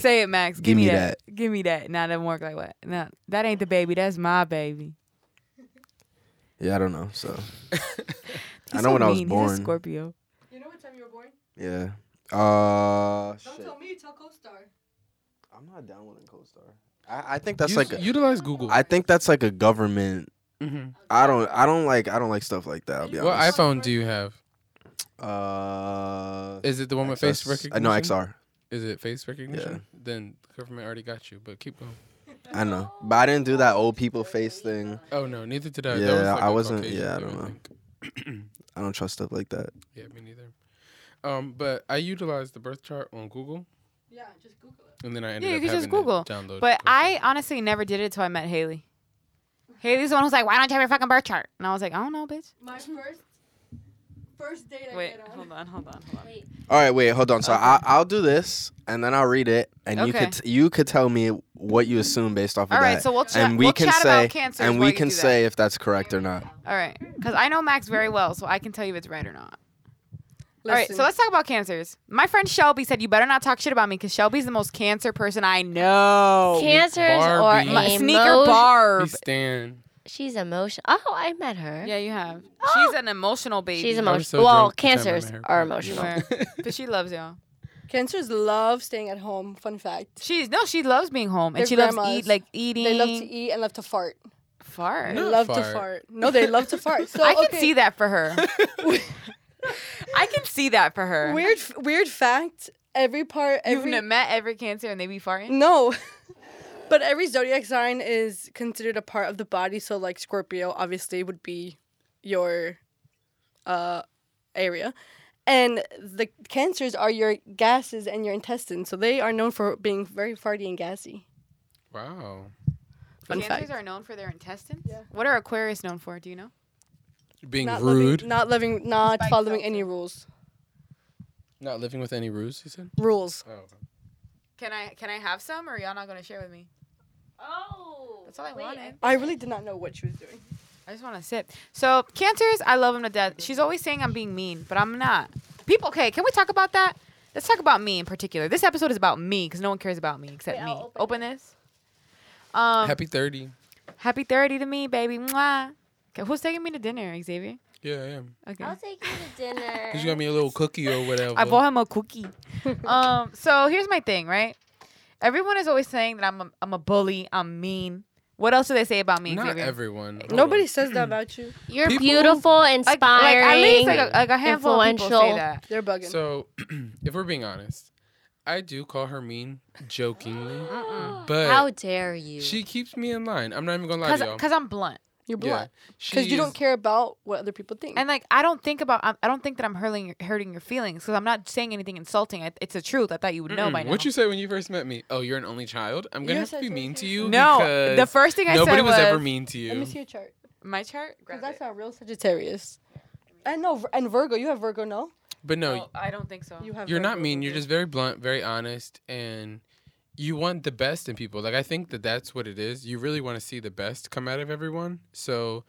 [SPEAKER 3] Say it, Max. Give, me, that. Give me that. Nah, that work like what? No, that ain't the baby. That's my baby.
[SPEAKER 7] yeah, I don't know. So I
[SPEAKER 3] He's
[SPEAKER 7] know
[SPEAKER 3] so
[SPEAKER 7] when I was
[SPEAKER 3] mean. He's a
[SPEAKER 7] born.
[SPEAKER 3] Scorpio.
[SPEAKER 5] You know what time you were born?
[SPEAKER 7] Yeah. Uh, shit.
[SPEAKER 5] me, tell CoStar.
[SPEAKER 7] I'm not downloading CoStar. I, I think that's like. a-
[SPEAKER 4] utilize Google.
[SPEAKER 7] I think that's like a government.
[SPEAKER 4] Mhm.
[SPEAKER 7] I don't. I don't like. I don't like stuff like that. I'll be
[SPEAKER 4] What
[SPEAKER 7] honest.
[SPEAKER 4] iPhone do you have?
[SPEAKER 7] uh,
[SPEAKER 4] Is it the one with face
[SPEAKER 7] XS
[SPEAKER 4] recognition?
[SPEAKER 7] uh, No XR.
[SPEAKER 4] Is it face recognition? Then government already got you. But keep going.
[SPEAKER 7] I know, but I didn't do that old people face thing.
[SPEAKER 4] Oh no, neither did I. That
[SPEAKER 7] Yeah,
[SPEAKER 4] was like
[SPEAKER 7] I
[SPEAKER 4] a
[SPEAKER 7] wasn't-
[SPEAKER 4] Caucasian
[SPEAKER 7] yeah, I
[SPEAKER 4] thing,
[SPEAKER 7] don't know.
[SPEAKER 4] think.
[SPEAKER 7] I don't trust stuff like that.
[SPEAKER 4] Yeah, me neither. Um, but I utilized the birth chart on Google,
[SPEAKER 5] Yeah, just Google it.
[SPEAKER 4] and then I ended
[SPEAKER 3] you
[SPEAKER 4] up
[SPEAKER 3] could just
[SPEAKER 4] having
[SPEAKER 3] Google.
[SPEAKER 4] to download.
[SPEAKER 3] But
[SPEAKER 4] birth
[SPEAKER 3] I
[SPEAKER 4] chart.
[SPEAKER 3] honestly never did it until I met Haley. Haley's the one who's like, "Why don't you have your fucking birth chart?" And I was like, "I don't know, bitch."
[SPEAKER 5] My first first date I
[SPEAKER 3] Wait,
[SPEAKER 5] get on.
[SPEAKER 3] hold on, hold on, hold on.
[SPEAKER 7] All right, wait, hold on. So I, I'll do this, and then I'll read it, and you
[SPEAKER 3] Okay.
[SPEAKER 7] could t- you could tell me what you assume based off of
[SPEAKER 3] All
[SPEAKER 7] that.
[SPEAKER 3] right, so we'll chat-
[SPEAKER 7] and we
[SPEAKER 3] we'll
[SPEAKER 7] can
[SPEAKER 3] chat about
[SPEAKER 7] say
[SPEAKER 3] cancers
[SPEAKER 7] and
[SPEAKER 3] while
[SPEAKER 7] we
[SPEAKER 3] you
[SPEAKER 7] can
[SPEAKER 3] do that.
[SPEAKER 7] say if that's correct or not.
[SPEAKER 3] All right, because I know Max very well, so I can tell you if it's right or not. All right,
[SPEAKER 5] Listen.
[SPEAKER 3] so let's talk about cancers. My friend Shelby said you better not talk shit about me because Shelby's the most cancer person I know.
[SPEAKER 6] Cancers
[SPEAKER 4] Barbie.
[SPEAKER 6] or
[SPEAKER 4] My
[SPEAKER 6] emo-
[SPEAKER 3] Sneaker
[SPEAKER 4] We
[SPEAKER 3] Barb.
[SPEAKER 4] stand.
[SPEAKER 3] (laughs)
[SPEAKER 6] She's emotional. Oh, I met her.
[SPEAKER 3] Yeah, you have. She's an emotional baby.
[SPEAKER 6] She's
[SPEAKER 4] I
[SPEAKER 6] emotional.
[SPEAKER 4] was so
[SPEAKER 6] well,
[SPEAKER 4] drunk the time I met
[SPEAKER 6] cancers
[SPEAKER 4] her.
[SPEAKER 6] are
[SPEAKER 3] You
[SPEAKER 6] emotional.
[SPEAKER 3] are. but she loves y'all.
[SPEAKER 5] Cancers love staying at home. Fun fact.
[SPEAKER 3] She's no, she loves being home
[SPEAKER 5] Their
[SPEAKER 3] and she loves
[SPEAKER 5] grandmas.
[SPEAKER 3] eat like eating.
[SPEAKER 5] They love to eat and love to fart.
[SPEAKER 3] fart.
[SPEAKER 5] They
[SPEAKER 4] Not
[SPEAKER 5] love to
[SPEAKER 4] fart.
[SPEAKER 5] fart. No, they love to (laughs) fart. So
[SPEAKER 3] I can
[SPEAKER 5] okay,
[SPEAKER 3] see that for
[SPEAKER 5] (laughs)
[SPEAKER 3] her. (laughs) I can see that for her.
[SPEAKER 5] Weird, f- weird fact. Every part,
[SPEAKER 3] You've
[SPEAKER 5] every
[SPEAKER 3] n- met every cancer and they be farting.
[SPEAKER 5] no, (laughs) but every zodiac sign is considered a part of the body. So like Scorpio, obviously, would be your uh area, and the cancers are your gases and your intestines. So they are known for being very farty and gassy.
[SPEAKER 4] Wow.
[SPEAKER 5] Fun
[SPEAKER 3] Cancers
[SPEAKER 5] fact.
[SPEAKER 3] are known for their intestines. What are Aquarius known for? Do you know?
[SPEAKER 4] Being
[SPEAKER 5] not
[SPEAKER 4] rude.
[SPEAKER 5] loving, not loving, not following any rules.
[SPEAKER 4] Not living with any ruse, you said?
[SPEAKER 5] Rules.
[SPEAKER 4] Oh.
[SPEAKER 3] Can I can I have some or y'all not gonna share with me?
[SPEAKER 6] Oh,
[SPEAKER 3] That's all I wanted.
[SPEAKER 5] I really did not know what she was doing.
[SPEAKER 3] I just want to sip. So cancers, I love them to death. She's always saying I'm being mean, but I'm not. People, okay, can we talk about that? Let's talk about me in particular. This episode is about me because no one cares about me except me. Open, this. Um, happy.
[SPEAKER 4] Happy 30.
[SPEAKER 3] thirty to me, baby. Mwah. Okay, who's taking me to dinner, Xavier?
[SPEAKER 4] Yeah, I am.
[SPEAKER 3] Okay.
[SPEAKER 6] I'll take you to dinner.
[SPEAKER 4] (laughs) 'Cause you got me a little cookie or whatever.
[SPEAKER 3] I bought him a cookie. um, so here's my thing, right? Everyone is always saying that I'm a, I'm a bully. I'm mean. What else do they say about me?
[SPEAKER 4] Not
[SPEAKER 3] Xavier?
[SPEAKER 4] everyone. Hold
[SPEAKER 5] Nobody
[SPEAKER 4] on.
[SPEAKER 5] says
[SPEAKER 3] (clears throat)
[SPEAKER 5] that about you.
[SPEAKER 6] You're
[SPEAKER 4] People-
[SPEAKER 6] beautiful,
[SPEAKER 3] Like, like,
[SPEAKER 6] inspiring.
[SPEAKER 3] at least like a, like a handful of people say
[SPEAKER 6] influential.
[SPEAKER 3] that.
[SPEAKER 5] They're bugging.
[SPEAKER 4] So, (clears throat) if we're being honest, I do call her mean jokingly,
[SPEAKER 6] How
[SPEAKER 4] but
[SPEAKER 6] dare you?
[SPEAKER 4] uh, she keeps me in line. I'm not even gonna lie
[SPEAKER 3] Cause,
[SPEAKER 4] to y'all.
[SPEAKER 3] cause I'm blunt.
[SPEAKER 5] You're
[SPEAKER 4] Yeah,
[SPEAKER 5] blunt because you don't
[SPEAKER 4] she's-
[SPEAKER 5] care about what other people think.
[SPEAKER 3] And like I don't think about I I don't think that I'm hurting your- hurting your feelings because I'm not saying anything insulting. I, it's the truth. I thought you would know by now.
[SPEAKER 4] What you say when you first met me? Oh, you're an only child. I'm gonna
[SPEAKER 5] You
[SPEAKER 4] have to
[SPEAKER 5] said
[SPEAKER 4] be
[SPEAKER 5] so,
[SPEAKER 4] mean to
[SPEAKER 5] too.
[SPEAKER 4] you.
[SPEAKER 3] no,
[SPEAKER 4] because
[SPEAKER 3] the first thing I
[SPEAKER 4] nobody
[SPEAKER 3] said
[SPEAKER 4] was,
[SPEAKER 3] was,
[SPEAKER 4] ever mean to
[SPEAKER 5] Let me
[SPEAKER 4] you.
[SPEAKER 5] see your chart.
[SPEAKER 3] My chart. Grab
[SPEAKER 5] Because that's
[SPEAKER 3] it.
[SPEAKER 5] not real Sagittarius. And no, Vir- and Virgo. You have Virgo, no?
[SPEAKER 4] But no,
[SPEAKER 3] Oh, I don't think so.
[SPEAKER 5] You have.
[SPEAKER 4] you're not
[SPEAKER 5] Virgo,
[SPEAKER 4] mean. You're
[SPEAKER 5] Virgo.
[SPEAKER 4] just very blunt, very honest, and you want the best in people. Like I think that that's what it is. You really want to see the best come out of everyone. So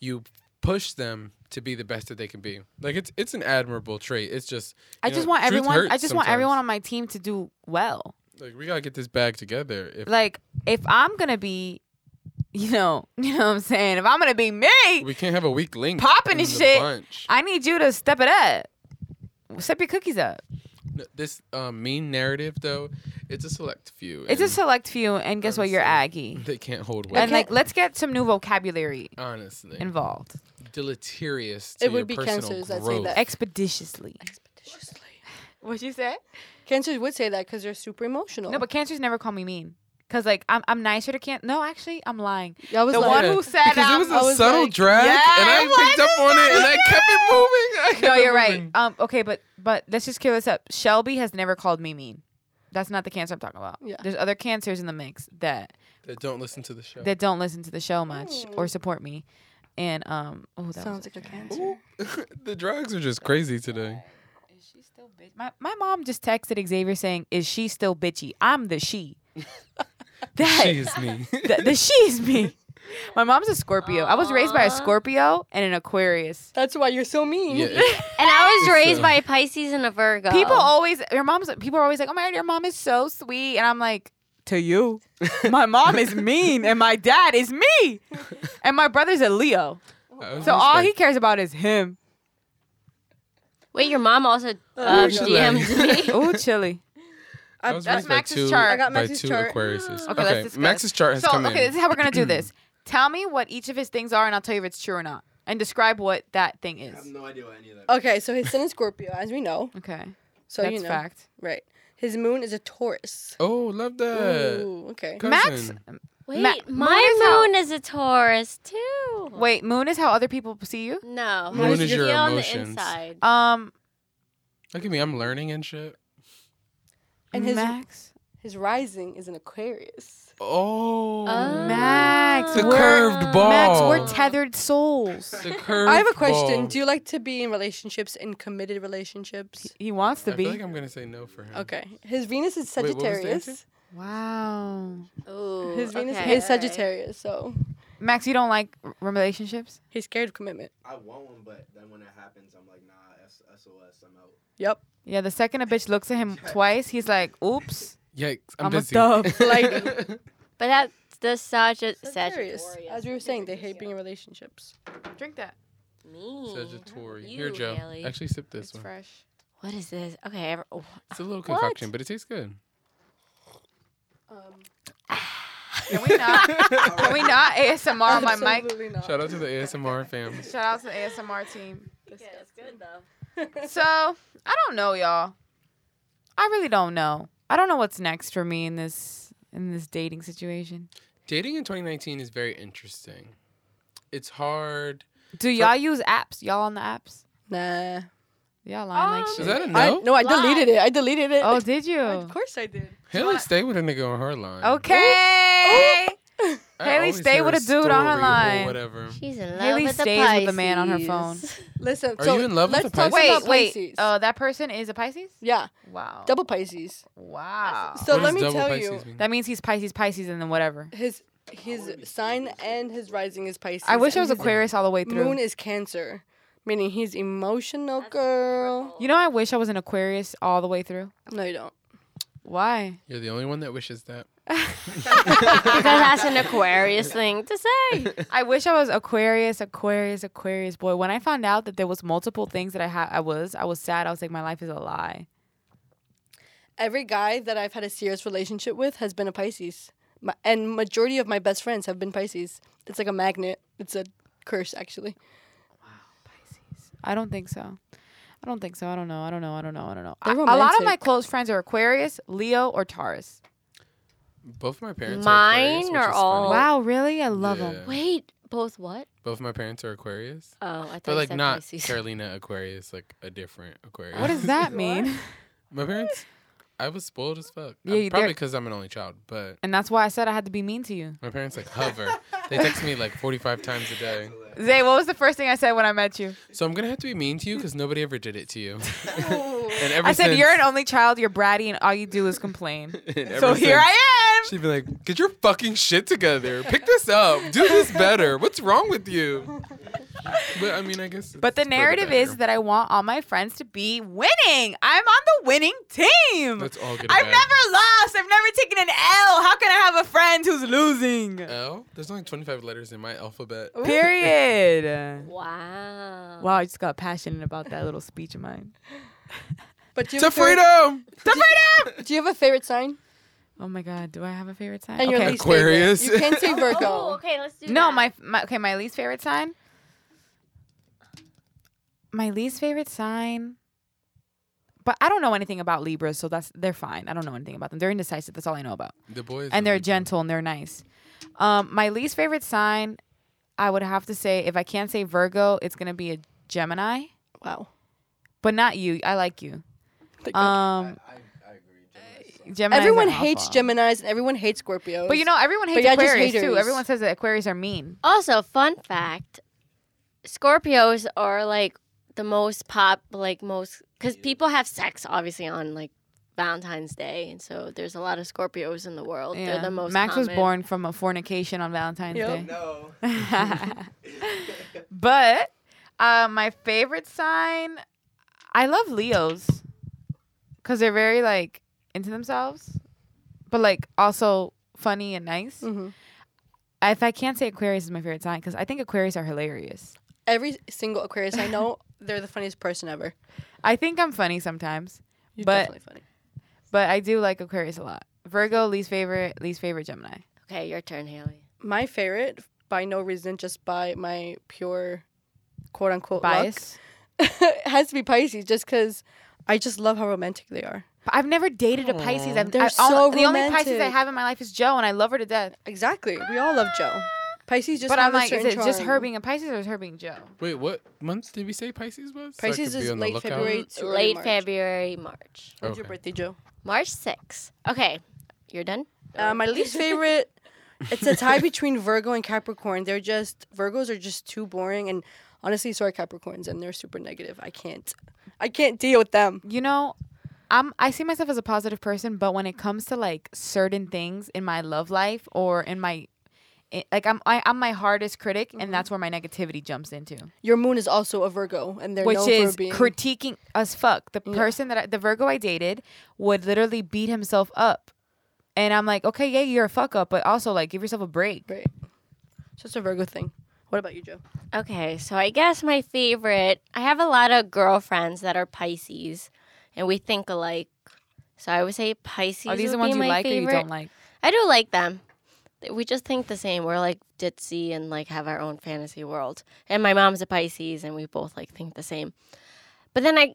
[SPEAKER 4] you push them to be the best that they can be. Like it's it's an admirable trait. It's just
[SPEAKER 3] I
[SPEAKER 4] you
[SPEAKER 3] just
[SPEAKER 4] know,
[SPEAKER 3] want
[SPEAKER 4] truth
[SPEAKER 3] everyone. I
[SPEAKER 4] hurts
[SPEAKER 3] just want everyone on
[SPEAKER 4] sometimes.
[SPEAKER 3] my team to do well.
[SPEAKER 4] Like we gotta get this bag together. If
[SPEAKER 3] Like if I'm gonna be, you know, (laughs) you know what I'm saying. If I'm gonna be me,
[SPEAKER 4] we can't have a weak link
[SPEAKER 3] Popping
[SPEAKER 4] in
[SPEAKER 3] and
[SPEAKER 4] the
[SPEAKER 3] shit.
[SPEAKER 4] bunch.
[SPEAKER 3] I need you to step it up. Step your cookies up.
[SPEAKER 4] N- This um, mean narrative though, it's a select few.
[SPEAKER 3] It's a
[SPEAKER 4] and
[SPEAKER 3] select few, and guess what? You're
[SPEAKER 4] Honestly.
[SPEAKER 3] Aggie.
[SPEAKER 4] (laughs) They can't hold weight.
[SPEAKER 3] And like, let's get some new vocabulary
[SPEAKER 4] honestly,
[SPEAKER 3] involved
[SPEAKER 4] deleterious. To
[SPEAKER 5] It would
[SPEAKER 4] your
[SPEAKER 5] be
[SPEAKER 4] personal
[SPEAKER 5] cancers that say
[SPEAKER 4] growth.
[SPEAKER 5] that.
[SPEAKER 3] expeditiously.
[SPEAKER 5] Expeditiously.
[SPEAKER 3] What you said?
[SPEAKER 5] Cancers would say that because they're super emotional.
[SPEAKER 3] No, but cancers never call me mean. Cause like I'm, I'm nicer to can. No, actually, I'm lying.
[SPEAKER 5] I was
[SPEAKER 3] the
[SPEAKER 5] like,
[SPEAKER 3] one who said um,
[SPEAKER 4] because
[SPEAKER 3] I'm-
[SPEAKER 4] it was
[SPEAKER 5] I
[SPEAKER 4] a
[SPEAKER 5] was
[SPEAKER 4] subtle
[SPEAKER 5] like,
[SPEAKER 4] drag,
[SPEAKER 3] yeah,
[SPEAKER 4] and I
[SPEAKER 3] it was
[SPEAKER 4] picked
[SPEAKER 3] a
[SPEAKER 4] up on it, and I
[SPEAKER 3] subtle
[SPEAKER 4] kept it moving. I kept
[SPEAKER 3] No,
[SPEAKER 4] it
[SPEAKER 3] you're right.
[SPEAKER 4] moving.
[SPEAKER 3] Um, okay, but but let's just clear this up. Shelby has never called me mean. That's not the cancer I'm talking about.
[SPEAKER 5] Yeah.
[SPEAKER 3] There's other cancers in the mix that
[SPEAKER 4] That don't listen to the show.
[SPEAKER 3] that don't listen to the show much or support me, and um, oh, that
[SPEAKER 5] sounds
[SPEAKER 3] sounds.
[SPEAKER 5] like
[SPEAKER 3] (laughs)
[SPEAKER 5] a cancer.
[SPEAKER 4] (laughs) the drugs are just crazy today.
[SPEAKER 3] Is she still bitch? My my mom just texted Xavier saying, "Is she still bitchy?" I'm the she. that (laughs)
[SPEAKER 4] She is me. (laughs)
[SPEAKER 3] the, the she is me. (laughs) My mom's a Scorpio. I was raised by a Scorpio and an Aquarius.
[SPEAKER 5] That's why you're so mean.
[SPEAKER 4] Yeah, it's-
[SPEAKER 6] And I was raised
[SPEAKER 4] So-
[SPEAKER 6] by a Pisces and a Virgo.
[SPEAKER 3] People always, your mom's, people are always like, oh my god, your mom is so sweet. And I'm like, to you. (laughs) My mom is mean and my dad is (laughs) me. And my brother's a Leo.
[SPEAKER 4] I was
[SPEAKER 3] So all he
[SPEAKER 4] respect-
[SPEAKER 3] cares about is him.
[SPEAKER 6] Wait, your mom also
[SPEAKER 4] Uh,
[SPEAKER 6] um,
[SPEAKER 4] she's (laughs)
[SPEAKER 6] DM'd me.
[SPEAKER 3] Ooh, chilly.
[SPEAKER 4] I was
[SPEAKER 3] that's
[SPEAKER 4] raised by
[SPEAKER 3] Max's
[SPEAKER 4] two-
[SPEAKER 3] chart.
[SPEAKER 5] I got
[SPEAKER 4] by
[SPEAKER 5] Max's
[SPEAKER 4] two
[SPEAKER 5] chart.
[SPEAKER 3] (laughs)
[SPEAKER 4] Aquariuses.
[SPEAKER 3] Okay, let's discuss.
[SPEAKER 4] Max's chart has
[SPEAKER 3] so,
[SPEAKER 4] come
[SPEAKER 3] okay,
[SPEAKER 4] in.
[SPEAKER 3] this is how we're gonna
[SPEAKER 4] (clears throat)
[SPEAKER 3] do this. Tell me what each of his things are, and I'll tell you if it's true or not, and describe what that thing is.
[SPEAKER 7] no idea what any of that.
[SPEAKER 5] uh, Okay, so his sun is Scorpio, as we know.
[SPEAKER 3] Okay,
[SPEAKER 5] So
[SPEAKER 3] that's
[SPEAKER 5] you know,
[SPEAKER 3] fact.
[SPEAKER 5] right? His moon is a Taurus.
[SPEAKER 4] Oh, love that.
[SPEAKER 5] Ooh, okay.
[SPEAKER 3] Max,
[SPEAKER 4] Cousin.
[SPEAKER 6] Wait,
[SPEAKER 3] Ma-
[SPEAKER 6] my
[SPEAKER 3] Mine's out.
[SPEAKER 6] moon is a Taurus too.
[SPEAKER 3] wait, Moon is how other people see you.
[SPEAKER 6] no,
[SPEAKER 4] Moon
[SPEAKER 6] mine's
[SPEAKER 4] is your
[SPEAKER 6] feel on the
[SPEAKER 4] emotions.
[SPEAKER 6] inside.
[SPEAKER 3] Um,
[SPEAKER 4] Look at me, I'm learning and shit.
[SPEAKER 5] And
[SPEAKER 3] and
[SPEAKER 5] his-
[SPEAKER 3] Max,
[SPEAKER 5] His rising is an Aquarius.
[SPEAKER 4] Oh,
[SPEAKER 3] Uh,
[SPEAKER 6] Oh.
[SPEAKER 3] Max,
[SPEAKER 4] the
[SPEAKER 3] we're-
[SPEAKER 4] curved ball.
[SPEAKER 3] Max, we're tethered souls.
[SPEAKER 4] the curved
[SPEAKER 5] I have a question.
[SPEAKER 4] ball.
[SPEAKER 5] Do you like to be in relationships, in committed relationships?
[SPEAKER 3] He wants to
[SPEAKER 4] I
[SPEAKER 3] be.
[SPEAKER 4] feel like I'm gonna say no for him.
[SPEAKER 5] Okay. His Venus is
[SPEAKER 4] Wait, what was the
[SPEAKER 5] Sagittarius.
[SPEAKER 4] answer?
[SPEAKER 3] wow,
[SPEAKER 6] Ooh,
[SPEAKER 5] his Venus
[SPEAKER 6] okay.
[SPEAKER 5] is Sagittarius, so
[SPEAKER 3] Max, you don't like r- relationships.
[SPEAKER 5] he's scared of commitment.
[SPEAKER 7] I want one, but then when it happens, I'm like, nah, SOS, I'm out.
[SPEAKER 5] Yep.
[SPEAKER 3] Yeah, the second a bitch looks at him twice, he's like, "Oops."
[SPEAKER 4] Yikes, I'm,
[SPEAKER 3] I'm a
[SPEAKER 4] busy. (laughs)
[SPEAKER 3] dub.
[SPEAKER 4] Like,
[SPEAKER 6] But that the Sag-
[SPEAKER 5] Sagittarius.
[SPEAKER 6] Sagittarius.
[SPEAKER 5] As we were saying, they hate being in relationships.
[SPEAKER 3] Drink that.
[SPEAKER 6] Me.
[SPEAKER 4] Sagittarius.
[SPEAKER 6] You,
[SPEAKER 4] Here, Joe.
[SPEAKER 6] Haley.
[SPEAKER 4] Actually, sip this
[SPEAKER 3] It's
[SPEAKER 4] one.
[SPEAKER 3] fresh.
[SPEAKER 6] What is this? Okay. I- oh,
[SPEAKER 4] It's a little
[SPEAKER 6] What?
[SPEAKER 4] concoction, but it tastes good.
[SPEAKER 3] Um, Can we
[SPEAKER 4] (laughs)
[SPEAKER 3] not? can we not ASMR on my mic?
[SPEAKER 5] Absolutely not.
[SPEAKER 4] Shout out to the ASMR fam.
[SPEAKER 3] Shout out to the ASMR team.
[SPEAKER 6] yeah, it's good though.
[SPEAKER 3] (laughs) So I don't know, y'all. I really don't know. I don't know what's next for me in this in this dating situation.
[SPEAKER 4] Dating in 2019 is very interesting. It's hard.
[SPEAKER 3] Do y'all use apps? Y'all on the apps?
[SPEAKER 5] Nah.
[SPEAKER 3] Y'all lying
[SPEAKER 4] Is
[SPEAKER 3] like shit.
[SPEAKER 4] that a
[SPEAKER 5] I,
[SPEAKER 4] no?
[SPEAKER 5] no, I deleted it. I deleted it.
[SPEAKER 3] Oh, did
[SPEAKER 5] of
[SPEAKER 3] you?
[SPEAKER 5] course I did.
[SPEAKER 4] Haley, stay with a nigga on her line.
[SPEAKER 3] Okay.
[SPEAKER 4] I
[SPEAKER 3] Haley,
[SPEAKER 4] always
[SPEAKER 3] stay
[SPEAKER 4] hear
[SPEAKER 3] with a dude on her
[SPEAKER 4] story or
[SPEAKER 3] line.
[SPEAKER 4] Whatever.
[SPEAKER 6] She's in love
[SPEAKER 3] Haley
[SPEAKER 6] with the
[SPEAKER 3] stays with the man on her phone. (laughs)
[SPEAKER 6] Pisces. (laughs)
[SPEAKER 5] Listen,
[SPEAKER 4] Are
[SPEAKER 5] so
[SPEAKER 4] you in love with
[SPEAKER 5] let's
[SPEAKER 4] a
[SPEAKER 5] talk
[SPEAKER 4] Pisces?
[SPEAKER 5] about
[SPEAKER 3] Wait, wait.
[SPEAKER 5] Pisces.
[SPEAKER 3] Oh, that person is a Pisces?
[SPEAKER 5] yeah,
[SPEAKER 3] Wow.
[SPEAKER 5] double Pisces.
[SPEAKER 3] Wow.
[SPEAKER 5] So
[SPEAKER 4] What
[SPEAKER 5] let
[SPEAKER 4] does
[SPEAKER 5] me
[SPEAKER 4] double
[SPEAKER 5] tell
[SPEAKER 4] Pisces
[SPEAKER 5] you,
[SPEAKER 4] mean?
[SPEAKER 3] that means he's Pisces, Pisces, and then whatever.
[SPEAKER 5] his his sign and his rising is Pisces.
[SPEAKER 3] I wish I
[SPEAKER 5] and
[SPEAKER 3] was
[SPEAKER 5] his
[SPEAKER 3] Aquarius all the way through.
[SPEAKER 5] Moon is Cancer, meaning he's emotional, girl.
[SPEAKER 3] you know, I wish I was an Aquarius all the way through.
[SPEAKER 5] No, you don't. (laughs)
[SPEAKER 3] Why?
[SPEAKER 4] You're the only one that wishes that.
[SPEAKER 6] because that's an Aquarius thing
[SPEAKER 3] (laughs)
[SPEAKER 6] to say.
[SPEAKER 3] I wish I was Aquarius, Aquarius, Aquarius boy. When I found out that there was multiple things that I had, I was, I was sad. I was like, my life is a lie.
[SPEAKER 5] Every guy that I've had a serious relationship with has been a Pisces, my, and majority of my best friends have been Pisces. It's like a magnet. It's a curse, actually.
[SPEAKER 3] I don't think so. I don't think so. I don't know. I don't know. I don't know. I don't know.
[SPEAKER 5] They're
[SPEAKER 3] I- a lot of my
[SPEAKER 5] romantic.
[SPEAKER 3] close friends are Aquarius, Leo, or Taurus.
[SPEAKER 4] Both my parents
[SPEAKER 6] Mine
[SPEAKER 4] are Aquarius, which
[SPEAKER 6] are
[SPEAKER 4] is
[SPEAKER 6] all-
[SPEAKER 5] Oh.
[SPEAKER 4] funny.
[SPEAKER 3] Wow, really? I love them.
[SPEAKER 4] Yeah.
[SPEAKER 6] Wait, both what?
[SPEAKER 4] Both my parents are Aquarius.
[SPEAKER 6] Oh, I thought
[SPEAKER 4] But
[SPEAKER 6] you
[SPEAKER 4] like
[SPEAKER 6] said
[SPEAKER 4] not
[SPEAKER 6] Pisces.
[SPEAKER 4] Carolina Aquarius, like a different Aquarius.
[SPEAKER 3] What does
[SPEAKER 5] (laughs)
[SPEAKER 3] that mean?
[SPEAKER 4] my parents? I was spoiled as fuck.
[SPEAKER 3] Yeah,
[SPEAKER 4] Yeah,
[SPEAKER 3] you-
[SPEAKER 4] probably
[SPEAKER 3] they're-
[SPEAKER 4] because I'm an only child, but
[SPEAKER 3] and that's why I said I had to be mean to you.
[SPEAKER 4] my parents like hover. they text me like 45 times a day.
[SPEAKER 3] Zay, what was the first thing I said when I met you?
[SPEAKER 4] So I'm gonna have to be mean to you because nobody ever did it
[SPEAKER 3] (laughs)
[SPEAKER 4] to you. and ever
[SPEAKER 3] I said,
[SPEAKER 4] since,
[SPEAKER 3] You're an only child, you're bratty, and all you do is complain.
[SPEAKER 4] and (laughs) ever
[SPEAKER 3] so here
[SPEAKER 4] since,
[SPEAKER 3] I am.
[SPEAKER 4] She'd be like, "Get your fucking shit together. Pick this up. Do this better. What's wrong with you?" But I mean, I guess.
[SPEAKER 3] But the
[SPEAKER 4] it's for
[SPEAKER 3] narrative is
[SPEAKER 4] better.
[SPEAKER 3] that I want all my friends to be winning. I'm on the winning team.
[SPEAKER 4] Let's all get.
[SPEAKER 3] I've never lost. I've never taken an L. How can I have a friend who's losing?
[SPEAKER 4] L. There's only 25 letters in my alphabet.
[SPEAKER 3] Oh, Period. (laughs)
[SPEAKER 6] Wow.
[SPEAKER 3] wow, I just got passionate about that little speech of mine.
[SPEAKER 5] But do you
[SPEAKER 4] To
[SPEAKER 5] have a favorite-
[SPEAKER 4] freedom.
[SPEAKER 5] Do you have a favorite sign?
[SPEAKER 3] Oh my God, do I have a favorite sign?
[SPEAKER 5] And your
[SPEAKER 3] okay.
[SPEAKER 5] least favorite.
[SPEAKER 4] Aquarius.
[SPEAKER 5] You can't say Virgo.
[SPEAKER 6] Oh, okay, let's do
[SPEAKER 3] No,
[SPEAKER 6] that.
[SPEAKER 3] my, my okay, my least favorite sign. My least favorite sign. But I don't know anything about Libras, so that's they're fine. I don't know anything about them. They're indecisive. That's all I know about.
[SPEAKER 4] The boys.
[SPEAKER 3] and
[SPEAKER 4] are
[SPEAKER 3] they're
[SPEAKER 4] like,
[SPEAKER 3] gentle and they're nice. Um, my least favorite sign, I would have to say, if I can't say Virgo, it's gonna be a Gemini,
[SPEAKER 5] Wow.
[SPEAKER 3] but not you. I like you.
[SPEAKER 5] Thank God.
[SPEAKER 3] Um, Gemini.
[SPEAKER 5] everyone hates Geminis and everyone hates Scorpios.
[SPEAKER 3] but you know, everyone hates
[SPEAKER 5] But yeah, just
[SPEAKER 3] Aquarius too.
[SPEAKER 5] haters.
[SPEAKER 3] Everyone says that Aquarius are mean.
[SPEAKER 6] Also, fun fact: Scorpios are like the most pop, like most because people have sex obviously on like Valentine's Day, and so there's a lot of Scorpios in the world. They're
[SPEAKER 3] Yeah.
[SPEAKER 6] the most.
[SPEAKER 3] Max was
[SPEAKER 6] common.
[SPEAKER 3] born from a fornication on Valentine's
[SPEAKER 5] Yep.
[SPEAKER 3] Day. (laughs)
[SPEAKER 7] No.
[SPEAKER 8] But uh, my favorite sign, I love Leos because they're very like into themselves, but like also funny and nice.
[SPEAKER 6] Mm-hmm.
[SPEAKER 5] Mhm.
[SPEAKER 3] If I can't say Aquarius is my favorite sign, because I think Aquarius are hilarious.
[SPEAKER 5] Every single Aquarius I (laughs) know, they're the funniest person ever.
[SPEAKER 3] I think I'm funny sometimes,
[SPEAKER 5] You're
[SPEAKER 3] But-
[SPEAKER 5] definitely funny.
[SPEAKER 3] but I do like Aquarius a lot. Virgo, least favorite, least favorite Gemini.
[SPEAKER 6] Okay, your turn, Haley.
[SPEAKER 5] My favorite, by no reason, just by my pure quote unquote
[SPEAKER 3] Bias.
[SPEAKER 5] luck, (laughs) has to be Pisces, just because I just love how romantic they are.
[SPEAKER 3] But I've never dated a Pisces. I've,
[SPEAKER 5] They're
[SPEAKER 3] I-
[SPEAKER 5] so
[SPEAKER 3] The only Pisces I
[SPEAKER 5] romantic.
[SPEAKER 3] have in my life is Joe, and I love her to death.
[SPEAKER 5] Exactly. We all love Joe. Pisces just
[SPEAKER 3] but I'm
[SPEAKER 5] have a
[SPEAKER 3] like, is
[SPEAKER 5] certain
[SPEAKER 3] it just her
[SPEAKER 5] charm.
[SPEAKER 3] being a Pisces or is her being Joe?
[SPEAKER 4] Wait, what month did we say Pisces was? So I
[SPEAKER 5] Pisces
[SPEAKER 4] could be
[SPEAKER 5] is
[SPEAKER 4] on the
[SPEAKER 5] late
[SPEAKER 4] lookout?
[SPEAKER 5] February to early
[SPEAKER 6] Late
[SPEAKER 5] March.
[SPEAKER 6] February, March.
[SPEAKER 5] When's your
[SPEAKER 4] Okay.
[SPEAKER 5] birthday, Joe?
[SPEAKER 6] March 6th. Okay, you're done?
[SPEAKER 5] Uh, my least favorite. It's a tie between Virgo and Capricorn. They're just Virgos are just too boring, and honestly, so are Capricorns, and they're super negative. I can't, I can't deal with them.
[SPEAKER 3] You know, I'm I see myself as a positive person, but when it comes to like certain things in my love life or in my i- like I'm I, I'm my hardest critic,
[SPEAKER 5] Mm-hmm.
[SPEAKER 3] and that's where my negativity jumps into,
[SPEAKER 5] Your moon is also a Virgo, and they're
[SPEAKER 3] which
[SPEAKER 5] known
[SPEAKER 3] is
[SPEAKER 5] for being
[SPEAKER 3] critiquing as fuck. The person that I, the Virgo I dated would literally beat himself up, and I'm like, okay, yeah, you're a fuck up, but also like give yourself a break.
[SPEAKER 5] right. So it's a Virgo thing. What about you, Joe?
[SPEAKER 6] Okay, so I guess my favorite, I have a lot of girlfriends that are Pisces and we think alike. So I would say Pisces.
[SPEAKER 3] Are these
[SPEAKER 6] would
[SPEAKER 3] the ones
[SPEAKER 6] be
[SPEAKER 3] you
[SPEAKER 6] my
[SPEAKER 3] like or you
[SPEAKER 6] favorite.
[SPEAKER 3] don't like?
[SPEAKER 6] I do like them. We just think the same. We're like ditzy and like have our own fantasy world. And my mom's a Pisces and we both like think the same. But then I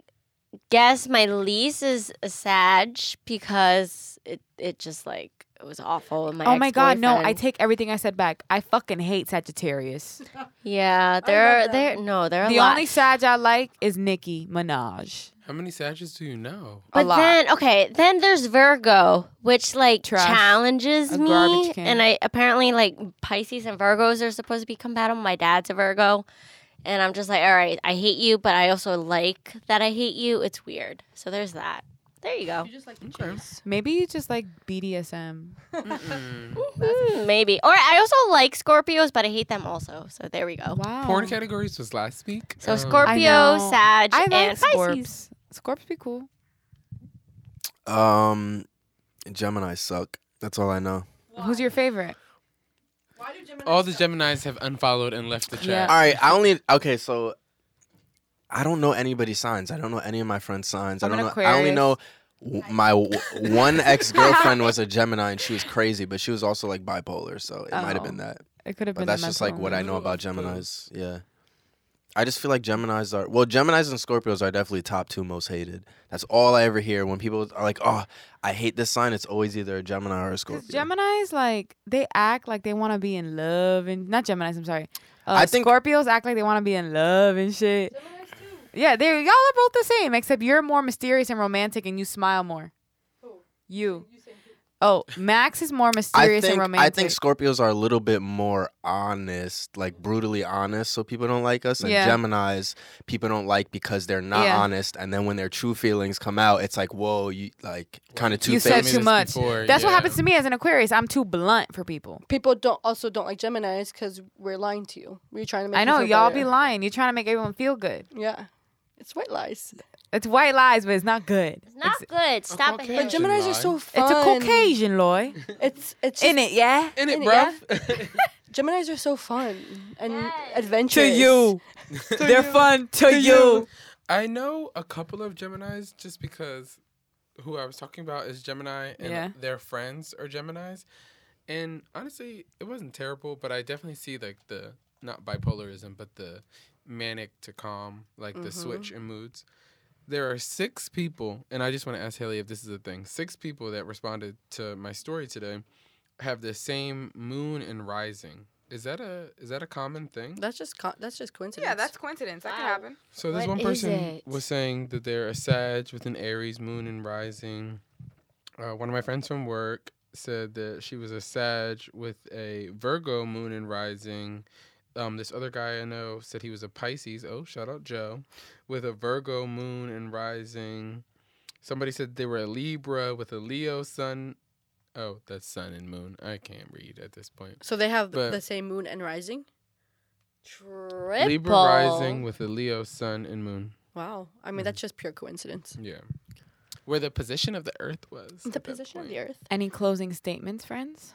[SPEAKER 6] guess my lease is a Sag because it, it just like it was awful. And my
[SPEAKER 3] oh my god, no! I
[SPEAKER 6] ex-boyfriend-
[SPEAKER 3] take everything I said back. I fucking hate Sagittarius.
[SPEAKER 6] Yeah, they're they're no, they're a
[SPEAKER 3] The
[SPEAKER 6] lot.
[SPEAKER 3] only Sag I like is Nicki Minaj.
[SPEAKER 4] How many Sagittarius do you know?
[SPEAKER 3] A
[SPEAKER 6] but
[SPEAKER 3] lot.
[SPEAKER 6] then okay, then there's Virgo, which like
[SPEAKER 3] Trash.
[SPEAKER 6] challenges
[SPEAKER 3] A
[SPEAKER 6] me,
[SPEAKER 3] garbage can.
[SPEAKER 6] and I apparently like Pisces and Virgos are supposed to be compatible. My dad's a Virgo, and I'm just like, all right, I hate you, but I also like that I hate you. It's weird. So there's that. There you go.
[SPEAKER 3] Maybe you just like BDSM.
[SPEAKER 6] Mm, Maybe. Or I also like Scorpios, but I hate them also. So there we go.
[SPEAKER 3] Wow.
[SPEAKER 4] Porn categories was last week.
[SPEAKER 6] So
[SPEAKER 4] Um,
[SPEAKER 3] I
[SPEAKER 6] Scorpio,
[SPEAKER 3] know.
[SPEAKER 6] Sag,
[SPEAKER 3] I
[SPEAKER 6] and
[SPEAKER 3] like Scorps.
[SPEAKER 6] Pisces.
[SPEAKER 3] Scorps be cool.
[SPEAKER 7] Um, Gemini suck. That's all I know.
[SPEAKER 3] Who's your favorite?
[SPEAKER 4] All the Geminis have unfollowed and left the
[SPEAKER 3] Yeah.
[SPEAKER 4] chat.
[SPEAKER 7] All right, I only okay. So I don't know anybody's signs. I don't know any of my friends' signs. I
[SPEAKER 3] I'm
[SPEAKER 7] don't
[SPEAKER 3] an
[SPEAKER 7] know. I only
[SPEAKER 3] Aquarius.
[SPEAKER 7] know w- my w- one ex girlfriend
[SPEAKER 3] (laughs)
[SPEAKER 7] was a Gemini and she was crazy, but she was also like bipolar, so it might have
[SPEAKER 3] Oh.
[SPEAKER 7] been that.
[SPEAKER 3] It could have been.
[SPEAKER 7] But
[SPEAKER 3] a
[SPEAKER 7] that's just like
[SPEAKER 3] mental
[SPEAKER 7] what I
[SPEAKER 3] illness.
[SPEAKER 7] know
[SPEAKER 4] Middle
[SPEAKER 7] about
[SPEAKER 4] of the-
[SPEAKER 7] Gemini's. Yeah. I just feel like Gemini's are well, Gemini's and Scorpios are definitely top two most hated. That's all I ever hear when people are like, "Oh, I hate this sign." It's always either a Gemini or a
[SPEAKER 3] 'Cause
[SPEAKER 7] Scorpio.
[SPEAKER 3] Gemini's like they act like they want to be in love and not Gemini's. I'm sorry. Uh,
[SPEAKER 7] I think-
[SPEAKER 3] Scorpios act like they want to be in love and shit. Yeah, they y'all are both the same, except you're more mysterious and romantic, and you smile more. You. Oh, Max is more
[SPEAKER 7] I
[SPEAKER 3] mysterious
[SPEAKER 7] think
[SPEAKER 3] and romantic.
[SPEAKER 7] I think Scorpios are a little bit more honest, like brutally honest, so people don't like us. And
[SPEAKER 3] Yeah.
[SPEAKER 7] Gemini's people don't like because they're not
[SPEAKER 3] Yeah.
[SPEAKER 7] honest, and then when their true feelings come out, it's like, whoa, you like kind of two
[SPEAKER 3] you said
[SPEAKER 7] faced.
[SPEAKER 3] too much.
[SPEAKER 4] before,
[SPEAKER 3] That's what
[SPEAKER 4] yeah.
[SPEAKER 3] happens to me as an Aquarius. I'm too blunt for people.
[SPEAKER 5] People don't also don't like Gemini's because we're lying to you. We're trying to make.
[SPEAKER 3] I
[SPEAKER 5] you
[SPEAKER 3] know
[SPEAKER 5] feel
[SPEAKER 3] y'all be
[SPEAKER 5] better.
[SPEAKER 3] lying. You're trying to make everyone feel good.
[SPEAKER 5] Yeah, it's white lies.
[SPEAKER 3] It's white lies, but it's not good.
[SPEAKER 6] It's not good. Stop it.
[SPEAKER 4] okay.
[SPEAKER 5] But
[SPEAKER 6] Haley.
[SPEAKER 4] Gem-
[SPEAKER 5] Gemini's are
[SPEAKER 4] Gemini.
[SPEAKER 5] so fun.
[SPEAKER 3] It's a Caucasian, Loy.
[SPEAKER 5] It's it's
[SPEAKER 3] In
[SPEAKER 5] just-
[SPEAKER 3] it, yeah.
[SPEAKER 4] In it,
[SPEAKER 5] it,
[SPEAKER 4] bro. (laughs)
[SPEAKER 5] Gemini's are so fun and
[SPEAKER 6] Yes.
[SPEAKER 5] adventurous.
[SPEAKER 3] They're fun to, you.
[SPEAKER 4] I know a couple of Geminis just because who I was talking about is Gemini and
[SPEAKER 3] Yeah.
[SPEAKER 4] their friends are Geminis. And honestly, it wasn't terrible, but I definitely see like the not bipolarism, but the manic to calm, like the switch in moods. There are six people, and I just want to ask Haley if this is a thing. Six people that responded to my story today have the same moon and rising. Is that a is that a common thing?
[SPEAKER 5] That's just co- that's just coincidence.
[SPEAKER 8] Yeah, that's coincidence. That could
[SPEAKER 6] Wow.
[SPEAKER 8] happen.
[SPEAKER 4] So this
[SPEAKER 6] What
[SPEAKER 4] one
[SPEAKER 6] is
[SPEAKER 4] person
[SPEAKER 6] it?
[SPEAKER 4] was saying that they're a Sag with an Aries moon and rising. Uh, one of my friends from work said that she was a Sag with a Virgo moon and rising. Um, this other guy I know said he was a Pisces. Oh, shout out Joe, with a Virgo moon and rising. Somebody said they were a Libra with a Leo sun. Oh, that's sun and moon. I can't read at this point.
[SPEAKER 5] So they have
[SPEAKER 4] But-
[SPEAKER 5] the same moon and rising.
[SPEAKER 6] Triple.
[SPEAKER 4] Libra rising with a Leo sun and moon.
[SPEAKER 5] Wow. I
[SPEAKER 4] Mm.
[SPEAKER 5] mean, that's just pure coincidence.
[SPEAKER 4] Yeah. Where the position of the earth was.
[SPEAKER 5] The position of the earth.
[SPEAKER 3] Any closing statements, friends?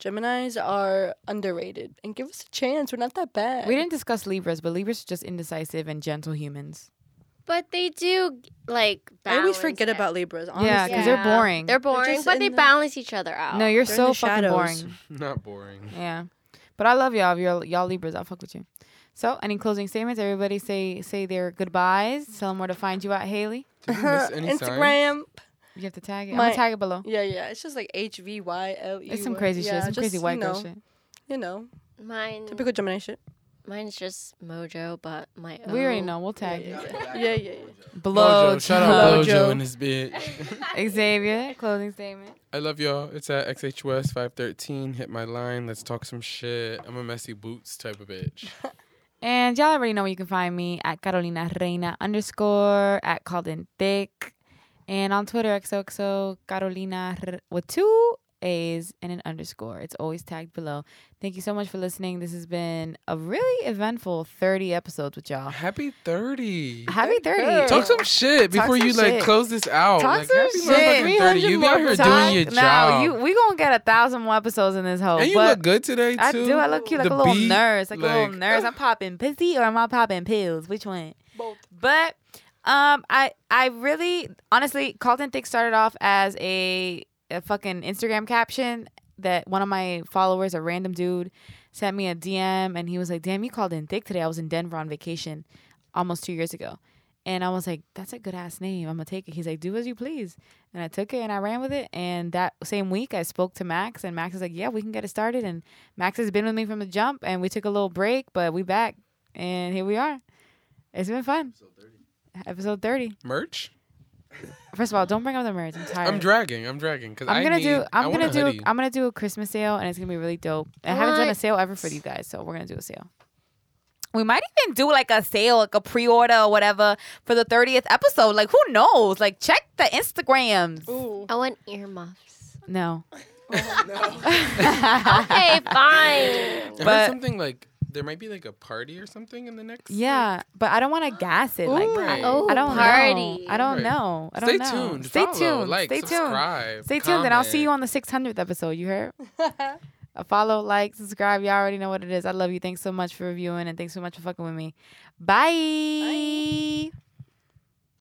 [SPEAKER 5] Geminis are underrated and give us a chance. We're not that bad.
[SPEAKER 3] We didn't discuss Libras, but Libras are just indecisive and gentle humans.
[SPEAKER 6] But they do like.
[SPEAKER 5] I always
[SPEAKER 6] balance
[SPEAKER 5] forget
[SPEAKER 6] it.
[SPEAKER 5] about Libras. Honestly.
[SPEAKER 3] Yeah, 'cause they're
[SPEAKER 6] Yeah.
[SPEAKER 3] boring.
[SPEAKER 6] They're boring,
[SPEAKER 5] just
[SPEAKER 6] but
[SPEAKER 5] in
[SPEAKER 6] they
[SPEAKER 5] the-
[SPEAKER 6] balance each other out.
[SPEAKER 3] no, you're
[SPEAKER 5] Oh, they're in
[SPEAKER 3] so
[SPEAKER 5] the
[SPEAKER 3] fucking
[SPEAKER 5] shadows.
[SPEAKER 3] boring.
[SPEAKER 4] Not boring.
[SPEAKER 3] Yeah, but I love y'all. Y'all, y'all Libras, I'll fuck with you. So, any closing statements? Everybody say say their goodbyes. Tell them where to find you at Haley.
[SPEAKER 4] Did
[SPEAKER 3] (laughs)
[SPEAKER 4] we miss any signs?
[SPEAKER 5] Instagram.
[SPEAKER 3] You have to tag it. I'm
[SPEAKER 5] My-
[SPEAKER 3] gonna tag it below.
[SPEAKER 5] Yeah, yeah. It's just like H V Y L E.
[SPEAKER 3] It's some crazy
[SPEAKER 5] yeah,
[SPEAKER 3] shit. Some
[SPEAKER 5] just,
[SPEAKER 3] crazy white
[SPEAKER 5] you know,
[SPEAKER 3] girl shit.
[SPEAKER 5] You know,
[SPEAKER 6] Mine,
[SPEAKER 5] typical Gemini shit.
[SPEAKER 6] mine's just Mojo, but my
[SPEAKER 3] We already
[SPEAKER 6] O-
[SPEAKER 3] know. We'll tag it.
[SPEAKER 5] Oh. Yeah, yeah, yeah.
[SPEAKER 3] Blow.
[SPEAKER 4] Blojo. Shout out
[SPEAKER 5] Blow
[SPEAKER 4] Blojo
[SPEAKER 5] Joe.
[SPEAKER 4] and his bitch.
[SPEAKER 3] Xavier. Closing statement.
[SPEAKER 4] (laughs) I love y'all. It's at XH West 513. Hit my line. Let's talk some shit. I'm a messy boots type
[SPEAKER 3] (laughs)
[SPEAKER 4] of bitch.
[SPEAKER 3] And y'all already know where you can find me at Carolina Reina underscore at called in thick. And on Twitter, XOXO Carolina R- with two A's and an underscore. It's always tagged below. Thank you so much for listening. This has been a really eventful 30 episodes with y'all.
[SPEAKER 4] Happy 30.
[SPEAKER 3] Happy 30.
[SPEAKER 4] Talk some shit
[SPEAKER 3] Talk
[SPEAKER 4] before
[SPEAKER 3] some
[SPEAKER 4] you like
[SPEAKER 3] shit.
[SPEAKER 4] close this out.
[SPEAKER 3] Talk
[SPEAKER 4] like,
[SPEAKER 3] some
[SPEAKER 4] happy
[SPEAKER 3] shit.
[SPEAKER 4] motherfucking 30. You be out here
[SPEAKER 3] Talk-
[SPEAKER 4] doing your
[SPEAKER 3] no,
[SPEAKER 4] job.
[SPEAKER 3] You, we gonna get a thousand more episodes in this whole.
[SPEAKER 4] and you look good today too.
[SPEAKER 3] I do. I look cute, like
[SPEAKER 4] The
[SPEAKER 3] a little
[SPEAKER 4] beat,
[SPEAKER 3] nurse, like, a
[SPEAKER 4] like-
[SPEAKER 3] little
[SPEAKER 4] (laughs)
[SPEAKER 3] nurse. I'm popping pussy or am I popping pills? Which one? Both. But um, I I really honestly, Called and Thick started off as a, a fucking Instagram caption that one of my followers, a random dude, sent me a DM and he was like, "Damn, you called in thick today. I was in Denver on vacation, almost two years ago." And I was like, that's a good ass name. I'm gonna take it. He's like, do as you please. And I took it and I ran with it. And that same week, I spoke to Max, and Max is like, yeah, we can get it started. And Max has been with me from the jump, and we took a little break, but we back, and here we are. It's been fun. Episode 30.
[SPEAKER 4] merch.
[SPEAKER 3] First of all, don't bring up the marriage. I'm tired.
[SPEAKER 4] I'm dragging. I'm dragging because
[SPEAKER 3] I'm gonna
[SPEAKER 4] need,
[SPEAKER 3] do.
[SPEAKER 4] I
[SPEAKER 3] I'm
[SPEAKER 4] want a
[SPEAKER 3] gonna do.
[SPEAKER 4] hoodie.
[SPEAKER 3] I'm gonna do a Christmas sale, and it's gonna be really dope. I haven't done a
[SPEAKER 6] What?
[SPEAKER 3] sale ever for you guys, so we're gonna do a sale. We might even do like a sale, like a pre-order or whatever for the 30th episode. Like who knows? Like check the Instagrams.
[SPEAKER 5] Ooh.
[SPEAKER 6] I want earmuffs.
[SPEAKER 3] No. (laughs)
[SPEAKER 6] okay, fine.
[SPEAKER 4] I heard
[SPEAKER 3] but-
[SPEAKER 4] something like there might be like a party or something in the next.
[SPEAKER 3] Yeah, but I don't want to gas it. Like I,
[SPEAKER 4] Right.
[SPEAKER 6] Oh,
[SPEAKER 3] I don't know.
[SPEAKER 6] party.
[SPEAKER 3] I don't
[SPEAKER 4] Right.
[SPEAKER 3] know. I don't
[SPEAKER 4] Stay
[SPEAKER 3] know.
[SPEAKER 4] tuned.
[SPEAKER 3] Stay
[SPEAKER 4] follow,
[SPEAKER 3] tuned.
[SPEAKER 4] Like,
[SPEAKER 3] Stay tuned.
[SPEAKER 4] subscribe,
[SPEAKER 3] Stay tuned, and I'll see you
[SPEAKER 4] comment.
[SPEAKER 3] on the 600th episode. You
[SPEAKER 4] (laughs)
[SPEAKER 3] heard? A follow, like, subscribe. Y'all already know what it is. I love you. Thanks so much for reviewing, and thanks so much for fucking with me. Bye.